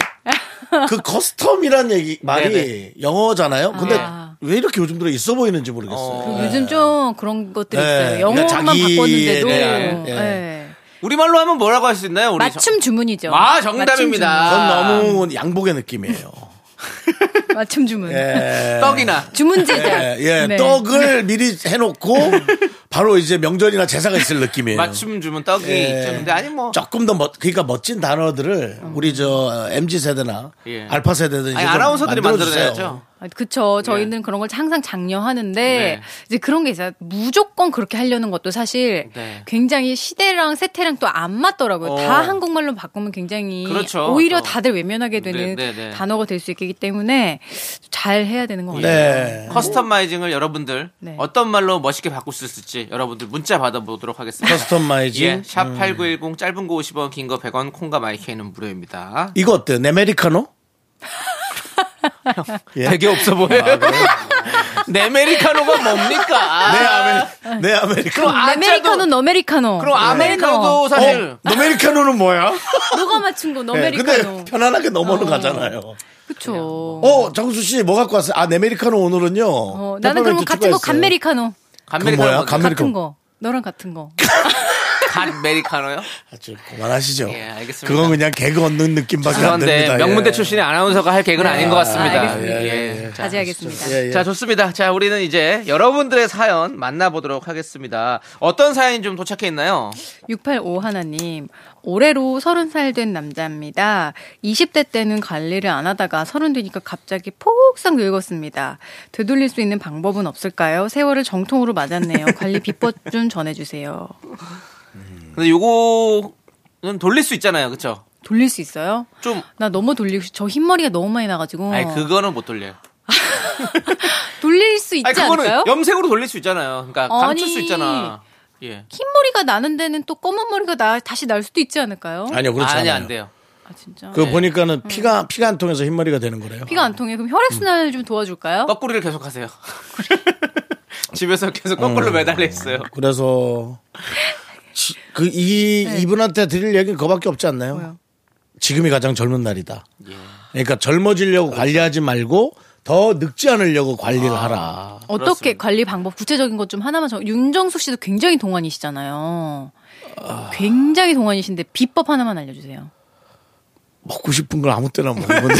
S1: 그 커스텀이란 얘기 말이
S2: 네네.
S1: 영어잖아요. 근데
S8: 아.
S1: 왜 이렇게 요즘 들어 있어 보이는지 모르겠어요.
S8: 그 요즘 좀 그런 것들이
S1: 네.
S8: 있어요.
S1: 그러니까
S8: 영어만
S1: 자기에
S8: 바꿨는데도.
S1: 대한, 예.
S8: 예.
S2: 우리말로 하면 뭐라고 할 수 있나요? 우리
S8: 맞춤 주문이죠.
S2: 아, 정답입니다.
S1: 그건 너무 양복의 느낌이에요.
S8: 맞춤 주문.
S1: 예.
S2: 정- 떡이나.
S8: 주문
S1: 예,
S8: 제작.
S1: 예.
S8: 네.
S1: 떡을 미리 해놓고 바로 이제 명절이나 제사가 있을 느낌이에요.
S2: 맞춤 주문 떡이
S1: 예.
S2: 있죠. 근데 아니 뭐.
S1: 조금 더 멋, 그러니까 멋진 단어들을
S8: 음.
S1: 우리 저 MZ 세대나
S2: 예.
S1: 알파 세대든
S2: 아니, 아나운서들이 만들어내야죠.
S8: 아, 그쵸. 저희는 그런 걸 항상 장려하는데,
S2: 예. 네.
S8: 이제 그런 게 있어요. 무조건 그렇게 하려는 것도 사실
S2: 네.
S8: 굉장히 시대랑 세태랑 또 안 맞더라고요.
S2: 어.
S8: 다 한국말로 바꾸면 굉장히
S2: 그렇죠.
S8: 오히려
S2: 어.
S8: 다들 외면하게 되는
S2: 네, 네, 네.
S8: 단어가 될 수 있기 때문에 잘 해야 되는 것 같아요.
S2: 예.
S1: 네.
S2: 커스터마이징을 여러분들
S8: 네.
S2: 어떤 말로 멋있게 바꿀 수 있을지 여러분들 문자 받아보도록 하겠습니다.
S1: 커스터마이징?
S2: 예, 샵8910 짧은 거 50원, 긴 거 100원, 콩과 마이크는 무료입니다.
S1: 이거 어때요? 네메리카노? 예.
S2: 되게 없어 보여요. 네메리카노가 뭡니까?
S1: 네, 아메리, 네, 아메리카노.
S2: 그럼 아자도-
S8: 아메리카노, 너메리카노.
S2: 그럼 아. 아메리카노도 사실
S1: 어, 노메리카노는 뭐야?
S8: 너가 맞춘 거,
S1: 네,
S8: 너메리카노.
S1: 근데 편안하게 넘어는 가잖아요.
S8: 그쵸.
S1: 어, 정수 씨, 뭐 갖고 왔어요? 아, 네메리카노 오늘은요.
S8: 어, 나는 그럼
S1: 페퍼민트
S8: 같은 거,
S1: 추가했어요.
S8: 감메리카노.
S2: 감메리카노
S1: 뭐야?
S2: 먼저.
S1: 감메리-
S8: 같은 거. 너랑 같은 거.
S2: 감메리카노요?
S1: 아주 그만하시죠.
S2: 예, 알겠습니다.
S1: 그건 그냥 개그 얻는 느낌밖에 안 됩니다.
S2: 그런데 명문대
S1: 예.
S2: 출신의 아나운서가 할 계획은 아닌 것 같습니다.
S8: 알겠습니다.
S2: 예, 예. 자,
S8: 가져야겠습니다.
S1: 예, 예.
S2: 자, 좋습니다. 자, 우리는 이제 여러분들의 사연 만나보도록 하겠습니다. 어떤 사연이 좀 도착해 있나요?
S8: 685 하나님, 올해로 30살 된 남자입니다. 20대 때는 관리를 안 하다가 30 되니까 갑자기 폭삭 늙었습니다. 되돌릴 수 있는 방법은 없을까요? 세월을 정통으로 맞았네요. 관리 비법 좀 전해주세요.
S2: 근데 요거는 돌릴 수 있잖아요. 그쵸?
S8: 돌릴 수 있어요?
S2: 좀,
S8: 나 너무 돌리고 싶- 저 흰머리가 너무 많이 나가지고
S2: 아니, 그거는 못 돌려요.
S8: 돌릴 수 있지
S2: 아니, 그거는
S8: 않을까요?
S2: 염색으로 돌릴 수 있잖아요. 그러니까 감출
S8: 아니.
S2: 수 있잖아. 예.
S8: 흰머리가 나는 데는 또 검은 머리가 나, 다시 날 수도 있지 않을까요?
S1: 아니요, 네, 그렇지
S2: 아니,
S1: 않아요.
S2: 안 돼요. 네. 음.
S8: 아 진짜.
S1: 그 보니까는 피가 피가 안 통해서 흰머리가 되는 거래요.
S8: 피가 안 통해. 그럼 혈액순환을 좀 도와줄까요?
S2: 거꾸리를 계속 하세요. 집에서 계속
S1: 음.
S2: 거꾸로 매달려 있어요.
S1: 그래서 그 이 이분한테 드릴 얘기는 그밖에 없지 않나요?
S8: 네. 뭐요?
S1: 지금이 가장 젊은 날이다.
S2: 예.
S1: 그러니까 젊어지려고
S2: 그렇죠.
S1: 관리하지 말고 더 늙지 않으려고 관리를
S2: 아.
S1: 하라.
S8: 어떻게 관리 방법 구체적인 것 좀 하나만 정. 윤정수 씨도 굉장히 동안이시잖아요. 굉장히 동안이신데 비법 하나만 알려주세요.
S1: 먹고 싶은 걸 아무 때나 먹는 건데.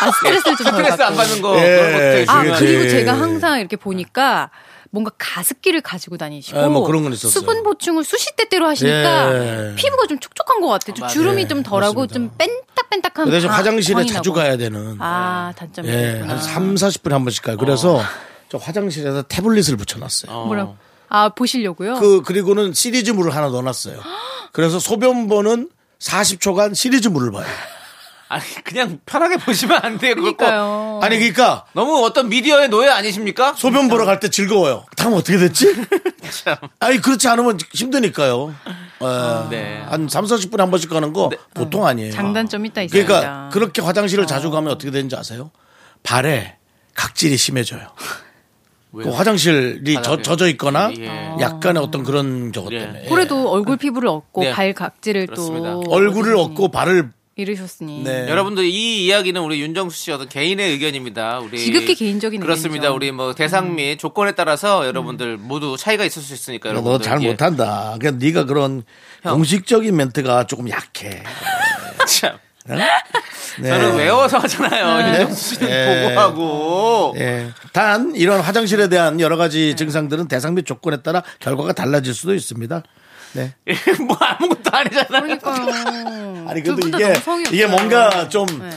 S8: 아 스트레스를 좀 덜
S2: 스트레스 안
S8: 받고.
S2: 받는 거.
S1: 예,
S2: 그런 것도 되게
S1: 그게
S8: 아
S2: 중요하죠.
S1: 중요하지.
S8: 그리고 제가 항상 이렇게 보니까 뭔가 가습기를 가지고 다니시고
S1: 예, 뭐 그런 건 있었어요.
S8: 수분 보충을 수시 때때로 하시니까
S1: 예.
S8: 피부가 좀 촉촉한 것 같아요. 좀
S2: 맞아요.
S8: 주름이 좀 덜하고
S1: 맞습니다.
S8: 좀 뺀딱뺀딱한.
S1: 그래서
S8: 바-
S1: 화장실에
S8: 광이
S1: 자주
S8: 나고. 뭐.
S1: 가야 되는.
S8: 아 단점이
S1: 예,
S8: 있구나.
S1: 한 3, 40분에 한 번씩 가요. 그래서 저 화장실에다 태블릿을 붙여놨어요.
S2: 어.
S8: 뭐라? 아 보시려고요.
S1: 그 그리고는 시리즈물을 하나 넣어놨어요. 그래서 소변 보는 40초간 시리즈물을 봐요.
S2: 아니 그냥 편하게 보시면 안 돼요. 그거 꼭.
S8: 그러니까요.
S1: 아니 그러니까
S2: 너무 어떤 미디어의 노예 아니십니까?
S1: 소변 보러 갈 때 즐거워요. 다음 어떻게 됐지? 아니 그렇지 않으면 힘드니까요. 예.
S2: 네.
S1: 한 3, 40분에 한 번씩 가는 거 보통 아니에요.
S8: 장단점 있다 있습니다.
S1: 그러니까 그렇게 화장실을 자주 가면 어떻게 되는지 아세요? 발에 각질이 심해져요. 그 화장실이 젖-
S2: 바닥에.
S1: 젖어 있거나
S2: 예.
S1: 약간의 어떤 그런 저것 때문에. 예.
S8: 그래도 얼굴 피부를 얻고
S2: 네.
S8: 발 각질을
S2: 그렇습니다.
S8: 또
S1: 얼굴을 얻고 발을
S8: 잃으셨으니
S1: 네.
S2: 음. 여러분들 이 이야기는 우리 윤정수 씨 어떤 개인의 의견입니다. 우리
S8: 지극히 개인적인
S2: 그렇습니다.
S8: 의견이죠. 음.
S2: 우리 뭐 대상 및 조건에 따라서 여러분들 모두 차이가 있을 수 있으니까 예. 여러분
S1: 네, 너 잘 못한다. 그러니까 네가 그런
S2: 어. 형.
S1: 공식적인 멘트가 조금 약해.
S2: 참.
S1: 네.
S2: 저는 외워서 하잖아요. 윤정수 씨는
S1: 네.
S2: 보고하고
S1: 예. 단 이런 화장실에 대한 여러
S2: 네.
S1: 가지 증상들은 대상 및 조건에 따라 결과가 달라질 수도 있습니다. 네.
S2: 뭐 아무것도 아니잖아요.
S8: 그러니까요.
S1: 아니
S8: 어, 두
S1: 근데
S8: 분다
S1: 이게
S8: 너무 성의
S1: 이게
S8: 없어요.
S1: 뭔가 좀
S8: 네.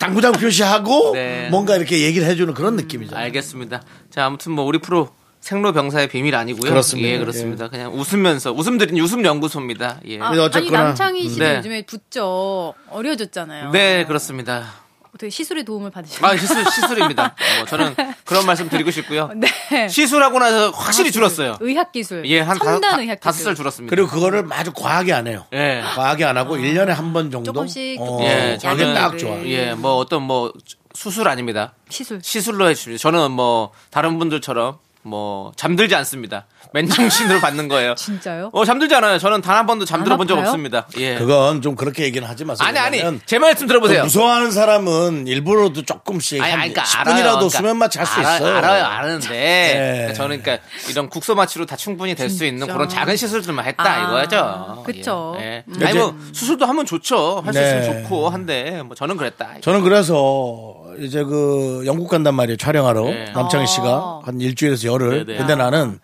S1: 당구장 표시하고
S2: 네. 음,
S1: 뭔가 이렇게 얘기를 해주는 그런 느낌이죠.
S2: 알겠습니다. 자 아무튼 뭐 우리 프로 생로병사의 비밀 아니고요.
S1: 그렇습니다.
S2: 예, 그렇습니다. 그냥 웃으면서 웃음드린 웃음 연구소입니다. 예.
S1: 근데
S8: 아, 아니
S1: 어쨌거나,
S8: 남창희 씨도
S2: 네.
S8: 요즘에 붓죠 어려졌잖아요.
S2: 네 그렇습니다.
S8: 어떻게 시술의 도움을 받으셨나요?
S2: 아 시술 시술입니다. 뭐 저는 그런 말씀 드리고 싶고요.
S8: 네.
S2: 시술하고 나서 확실히 줄었어요.
S8: 의학 기술.
S2: 예, 한 다,
S8: 첨단
S2: 다,
S8: 의학 기술.
S2: 다섯 살 줄었습니다.
S1: 그리고 그거를 아주 과하게 안 해요.
S2: 예.
S1: 과하게 안 하고 일년에 한 번 정도.
S8: 아, 조금씩, 네.
S1: 어,
S8: 조금씩
S2: 예,
S1: 그게
S2: 저는-
S1: 딱 좋아. 요
S2: 예, 뭐 어떤 뭐 수술 아닙니다.
S8: 시술.
S2: 시술로 해주십니다. 저는 뭐 다른 분들처럼 뭐 잠들지 않습니다. 맨정신으로 받는 거예요.
S8: 진짜요?
S2: 어 잠들지 않아요. 저는 단 한 번도 잠들어 본 적
S8: 아파요?
S2: 없습니다. 예.
S1: 그건 좀 그렇게 얘기는 하지 마세요.
S2: 아니 아니
S1: 왜냐면 그
S2: 제 말씀 들어보세요.
S1: 무서워하는 사람은 일부러도 조금씩
S2: 아니,
S1: 한
S2: 아니, 그러니까
S1: 10분이라도
S2: 알아요.
S1: 수면 마취 할 수
S2: 알아-
S1: 있어요.
S2: 알아요, 아는데.
S1: 예.
S2: 저는 그러니까 이런 국소 마취로 다 충분히 될 수 있는 그런 작은 시술들만 했다
S8: 아,
S2: 이거죠.
S8: 그쵸.
S2: 예.
S8: 음.
S2: 아니 뭐 수술도 하면 좋죠. 할 수
S1: 네.
S2: 있으면 좋고 한데 뭐 저는 그랬다.
S1: 저는 그래서 이제 그 영국 간단 말이에요 촬영하러
S2: 네.
S1: 남창희 씨가
S8: 어.
S1: 한 일주일에서 열흘.
S2: 네, 네.
S1: 근데 나는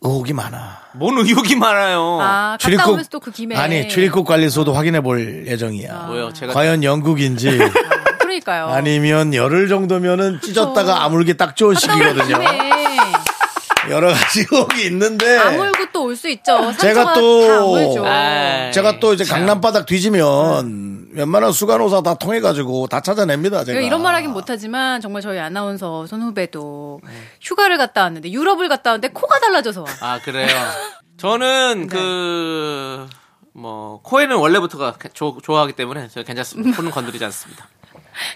S1: 의혹이 많아.
S2: 뭔 의욕이 많아요.
S8: 아, 갔다 오면서 또 그 김에. 아.
S1: 아니 출입국 관리소도 확인해 볼 예정이야.
S2: 뭐요? 제가
S1: 과연 영국인지
S8: 그러니까요.
S1: 아니면 열흘 정도면은 찢었다가 아물기 딱 좋은
S8: 갔다 오는
S1: 시기거든요.
S8: 김에
S1: 여러 가지 의혹이 있는데
S8: 아물고 또 올 수 있죠.
S1: 네. 제가
S8: 제가
S1: 또-
S8: 또. 다 아물죠.
S2: 아이,
S1: 네. 제가 또 이제 강남 바닥 뒤지면 웬만한 수간호사 다 통해 가지고 다 찾아냅니다. 제가
S8: 제가 이런 말 하긴 못하지만 정말 저희 아나운서 손 후배도 휴가를 갔다 왔는데 유럽을 갔다 왔는데 코가 달라져서 와.
S2: 네. 아 그래요.
S8: 네.
S2: 저는 그. 뭐 코에는 원래부터가 조- 좋아하기 때문에 저 괜찮습니다. 코는 건드리지 않습니다.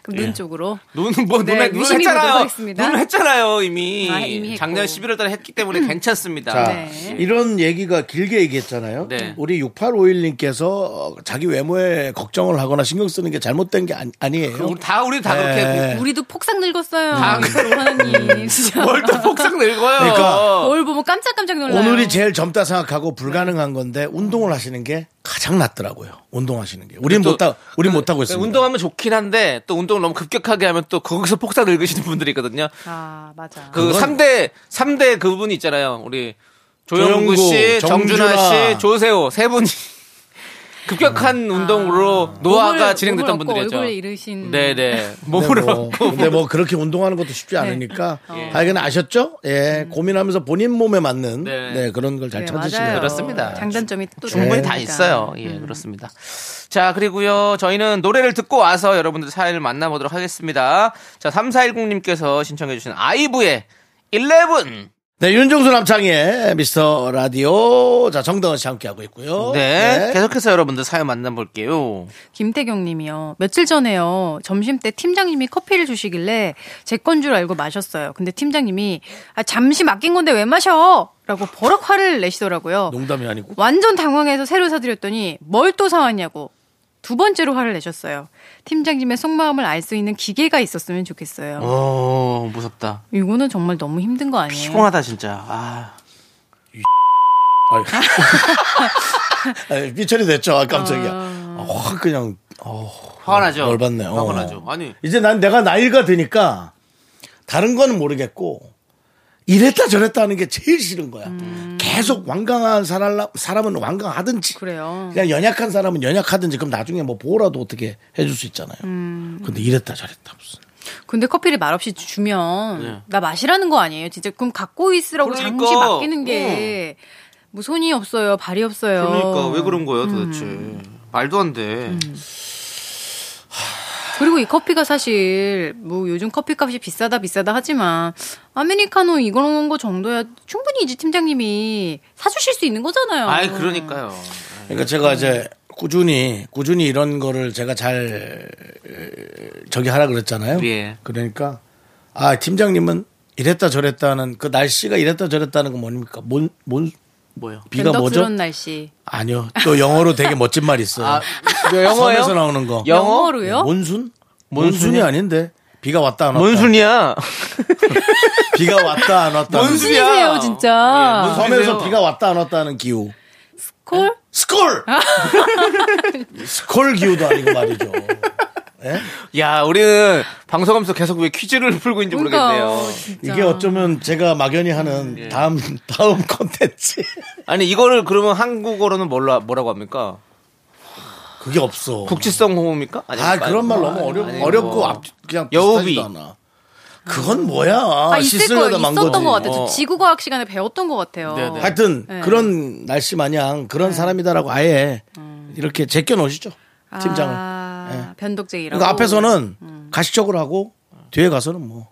S8: 그럼
S2: 예.
S8: 눈 쪽으로.
S2: 눈은 뭐
S8: 네,
S2: 눈에 눈
S8: 유심히 보도록
S2: 했잖아요.
S8: 하겠습니다.
S2: 눈 했잖아요 이미.
S8: 아, 이미 했고. 음.
S2: 작년 11월달에 했기 때문에 괜찮습니다.
S1: 자,
S8: 네.
S1: 이런 얘기가 길게 얘기했잖아요.
S2: 네.
S1: 우리 6851님께서 자기 외모에 걱정을 하거나 신경 쓰는 게 잘못된 게 아니, 에요
S2: 우리 다 우리
S1: 네.
S2: 다 그렇게
S8: 우리도 폭삭 늙었어요.
S2: 네. 아, 그래요?
S8: 로하나님 진짜.
S2: 월도 폭삭 늙어요.
S1: 그러니까.
S8: 뭘 보면 깜짝깜짝 놀라요.
S1: 오늘이 제일 젊다 생각하고 불가능한 건데 운동을 하시는 게 가장 낫더라고요. 운동하시는 게. 우린
S2: 또- 그
S1: 못, 하, 우린 못 하고 있습니다.
S2: 운동하면 좋긴 한데 또 운동을 너무 급격하게 하면 또 거기서 폭삭 늙으시는 분들이 있거든요.
S8: 아 맞아.
S2: 그
S1: 그건-
S2: 삼 3대 3대 그분이 있잖아요. 우리
S1: 조영구,
S2: 조영구 씨, 정준하,
S1: 정준하. 아.
S2: 씨, 조세호 세 분이 급격한 운동으로 노화가
S8: 몸을-
S2: 진행됐던
S8: 몸을 얻고
S2: 분들이죠.
S8: 얼굴을 잃으신-
S2: 네네.
S1: 근데
S2: 몸으로 예.
S1: 뭐, 근데 뭐 그렇게 운동하는 것도
S8: 네.
S1: 쉽지 않으니까
S8: 어.
S1: 하여간 아셨죠? 예, 고민하면서 본인 몸에 맞는
S2: 네.
S1: 네, 그런 걸 잘
S8: 네,
S1: 찾으시네요.
S8: 맞아요.
S2: 그렇습니다.
S8: 장단점이 또
S2: 충분히 다
S8: 있습니다.
S2: 있어요. 예, 그렇습니다. 자, 그리고요. 저희는 노래를 듣고 와서 여러분들 사연을 만나보도록 하겠습니다. 자, 3410님께서 신청해주신 아이브의 11.
S1: 네, 윤종수 남창의 미스터 라디오. 자, 정다은 씨 함께하고 있고요.
S2: 네. 계속해서 여러분들 사연 만나볼게요.
S8: 김태경님이요. 며칠 전에요. 점심 때 팀장님이 커피를 주시길래 제 건 줄 알고 마셨어요. 근데 팀장님이 아, 잠시 맡긴 건데 왜 마셔? 라고 버럭 화를 내시더라고요.
S1: 농담이 아니고.
S8: 완전 당황해서 새로 사드렸더니 뭘 또 사왔냐고 두 번째로 화를 내셨어요. 팀장님의 속마음을 알 수 있는 기계가 있었으면 좋겠어요.
S2: 오, 무섭다.
S8: 이거는 정말 너무 힘든 거 아니에요?
S2: 피곤하다, 진짜. 아.
S1: 아유. 아유, 삐처리 됐죠. 아, 깜짝이야. 어, 확 그냥, 어,
S2: 화가 나죠?
S1: 열받네. 어.
S2: 화가 나죠. 아니.
S1: 이제 난 내가 나이가 드니까 다른 거는 모르겠고 이랬다 저랬다 하는 게 제일 싫은 거야. 계속 완강한 사람, 사람은 완강하든지.
S8: 음. 그래요.
S2: 네.
S1: 그냥 연약한 사람은 연약하든지 그럼 나중에 뭐 보호라도 어떻게 해줄 수 있잖아요.
S8: 음.
S1: 근데 이랬다 저랬다 무슨.
S8: 근데 커피를 말없이 주면 나 마시라는 거 아니에요? 진짜 그럼 갖고 있으라고
S2: 네. 그러니까. 네.
S8: 잠시 맡기는 게. 뭐 손이 없어요, 발이 없어요.
S2: 그러니까, 왜 그런 거예요, 도대체. 말도 안 돼.
S8: 그리고 이 커피가 사실 뭐 요즘 커피값이 비싸다 비싸다 하지만 아메리카노 이런 거 정도야 충분히 이제 팀장님이 사주실 수 있는 거잖아요.
S2: 그러니까. 아이, 그러니까요.
S1: 그러니까 제가 이제 꾸준히 꾸준히 이런 거를 제가 잘 에, 저기 하라 그랬잖아요.
S2: 예.
S1: 그러니까 아 팀장님은 이랬다 저랬다는 그 날씨가 이랬다 저랬다는 건 뭡니까? 뭔 뭔
S2: 뭐요?
S1: 비가 뭐죠?
S8: 변덕스러운 날씨.
S1: 아니요. 또 영어로 되게 멋진 말이 있어요.
S2: 아, 영어예요?
S1: 섬에서 나오는 거.
S2: 영어?
S8: 영어로요?
S1: 몬순?
S2: 몬순이요?
S1: 몬순이 아닌데 비가 왔다 안 왔다.
S2: 뭔순이야?
S1: 비가 왔다 안 왔다.
S2: 뭔
S8: 찐이세요
S1: 예,
S8: 진짜.
S1: 섬에서 비가 왔다 안 왔다는 기후.
S8: 콜?
S1: 스콜! 스콜 기후도 아니고 말이죠.
S2: 야, 우리는 방송하면서 계속 왜 퀴즈를 풀고 있는지 모르겠네요.
S1: 이게 어쩌면 제가 막연히 하는
S2: 예.
S1: 다음, 다음 컨텐츠.
S2: 아니, 이거를 그러면 한국어로는 뭘로, 뭐라고 합니까?
S1: 그게 없어.
S2: 국지성 호흡입니까? 아니,
S1: 아, 그런 말
S2: 뭐,
S1: 너무 어렵,
S2: 아니,
S1: 어렵고
S2: 뭐.
S1: 앞, 그냥
S2: 여우비.
S1: 비슷하지도 않아. 그건 뭐야.
S8: 아, 있을 거예요.
S1: 씻으려다 망 거지.
S8: 있었던 것 같아요. 저
S2: 어.
S8: 지구과학 시간에 배웠던 것 같아요.
S2: 네네.
S1: 하여튼 그런 날씨 마냥
S8: 네.
S1: 그런 사람이다라고 아예
S8: 음.
S1: 이렇게 제껴 놓으시죠. 팀장을.
S8: 아,
S1: 예.
S8: 변덕쟁이라고.
S1: 그러니까 앞에서는
S8: 음.
S1: 가시적으로 하고 뒤에 가서는 뭐.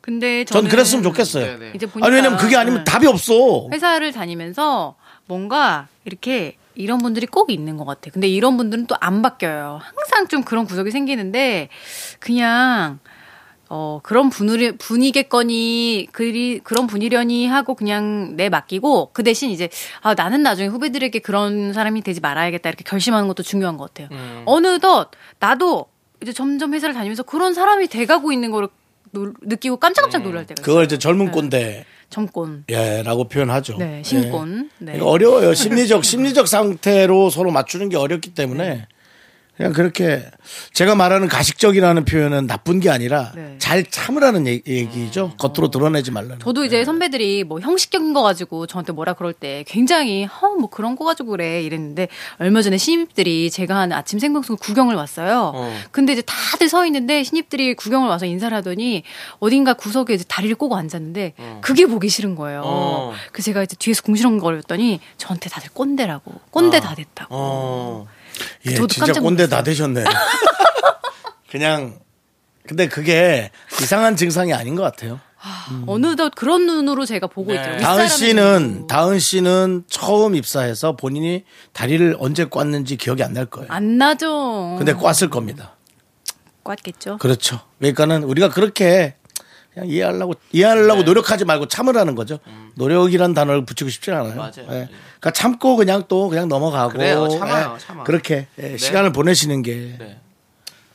S8: 근데
S1: 전
S8: 저는
S1: 그랬으면 좋겠어요.
S2: 네, 네.
S8: 이제 보니까 네.
S1: 아니 왜냐면 그게 아니면
S8: 응.
S1: 답이 없어.
S8: 회사를 다니면서 뭔가 이렇게 이런 분들이 꼭 있는 것 같아. 근데 이런 분들은 또 안 바뀌어요. 항상 좀 그런 구석이 생기는데 그냥 어 그런 분위기 분위겠거니 그리 그런 분이려니 하고 그냥 내 맡기고 그 대신 이제 아 나는 나중에 후배들에게 그런 사람이 되지 말아야겠다 이렇게 결심하는 것도 중요한 것 같아요.
S1: 음.
S8: 어느덧 나도 이제 점점 회사를 다니면서 그런 사람이 돼가고 있는 거를 놀- 느끼고 깜짝깜짝 놀랄 때가
S1: 네.
S8: 있어요.
S1: 그걸 이제 젊은 꼰대
S8: 점권.
S1: 예라고 표현하죠.
S8: 네, 신권. 네.
S1: 이거 어려워요. 심리적 심리적 상태로 서로 맞추는 게 어렵기
S8: 네.
S1: 때문에 그냥 그렇게 제가 말하는 가식적이라는 표현은 나쁜 게 아니라
S8: 네. 음.
S1: 잘 참으라는 얘- 얘기죠. 겉으로 드러내지 말라는.
S8: 저도
S2: 네.
S8: 이제 선배들이 뭐 형식적인 거 가지고 저한테 뭐라 그럴 때 굉장히 어 뭐 그런 거 가지고 그래 이랬는데 얼마 전에 신입들이 제가 한 아침 생방송 구경을 왔어요. 근데 이제 다들 서 있는데 신입들이 구경을 와서 인사를 하더니 어딘가 구석에 이제 다리를 꼬고 앉았는데 그게 보기 싫은 거예요.
S2: 어.
S8: 그래서 제가 이제 뒤에서 궁시렁거렸더니 저한테 다들 꼰대라고 꼰대 다 됐다고.
S2: 아. 어.
S1: 예,
S8: 저도
S1: 진짜
S8: 깜짝
S1: 꼰대 다 되셨네. 그냥 근데 그게 이상한 증상이 아닌 것 같아요.
S8: 어느덧 그런 눈으로 제가
S2: 네.
S8: 보고 있더라고요.
S1: 음. 다은
S8: 네. 윗사람의
S1: 씨는
S8: 눈으로.
S1: 다은 씨는 처음 입사해서 본인이 다리를 언제 꼈는지 기억이 안 날 거예요.
S8: 안 나죠.
S1: 근데 꼈을 겁니다.
S8: 꽈겠죠.
S1: 그렇죠. 그러니까는 우리가 그렇게 그냥 이해하려고
S2: 네.
S1: 이해하려고 노력하지 말고 참으라는 거죠. 노력이란 단어를 붙이고 싶지 않아요.
S2: 음. 맞아요.
S1: 예. 그러니까 참고 그냥 또 그냥 넘어가고
S2: 그래요. 참아요.
S1: 예.
S2: 참아.
S1: 그렇게 예, 시간을 보내시는 게
S2: 네.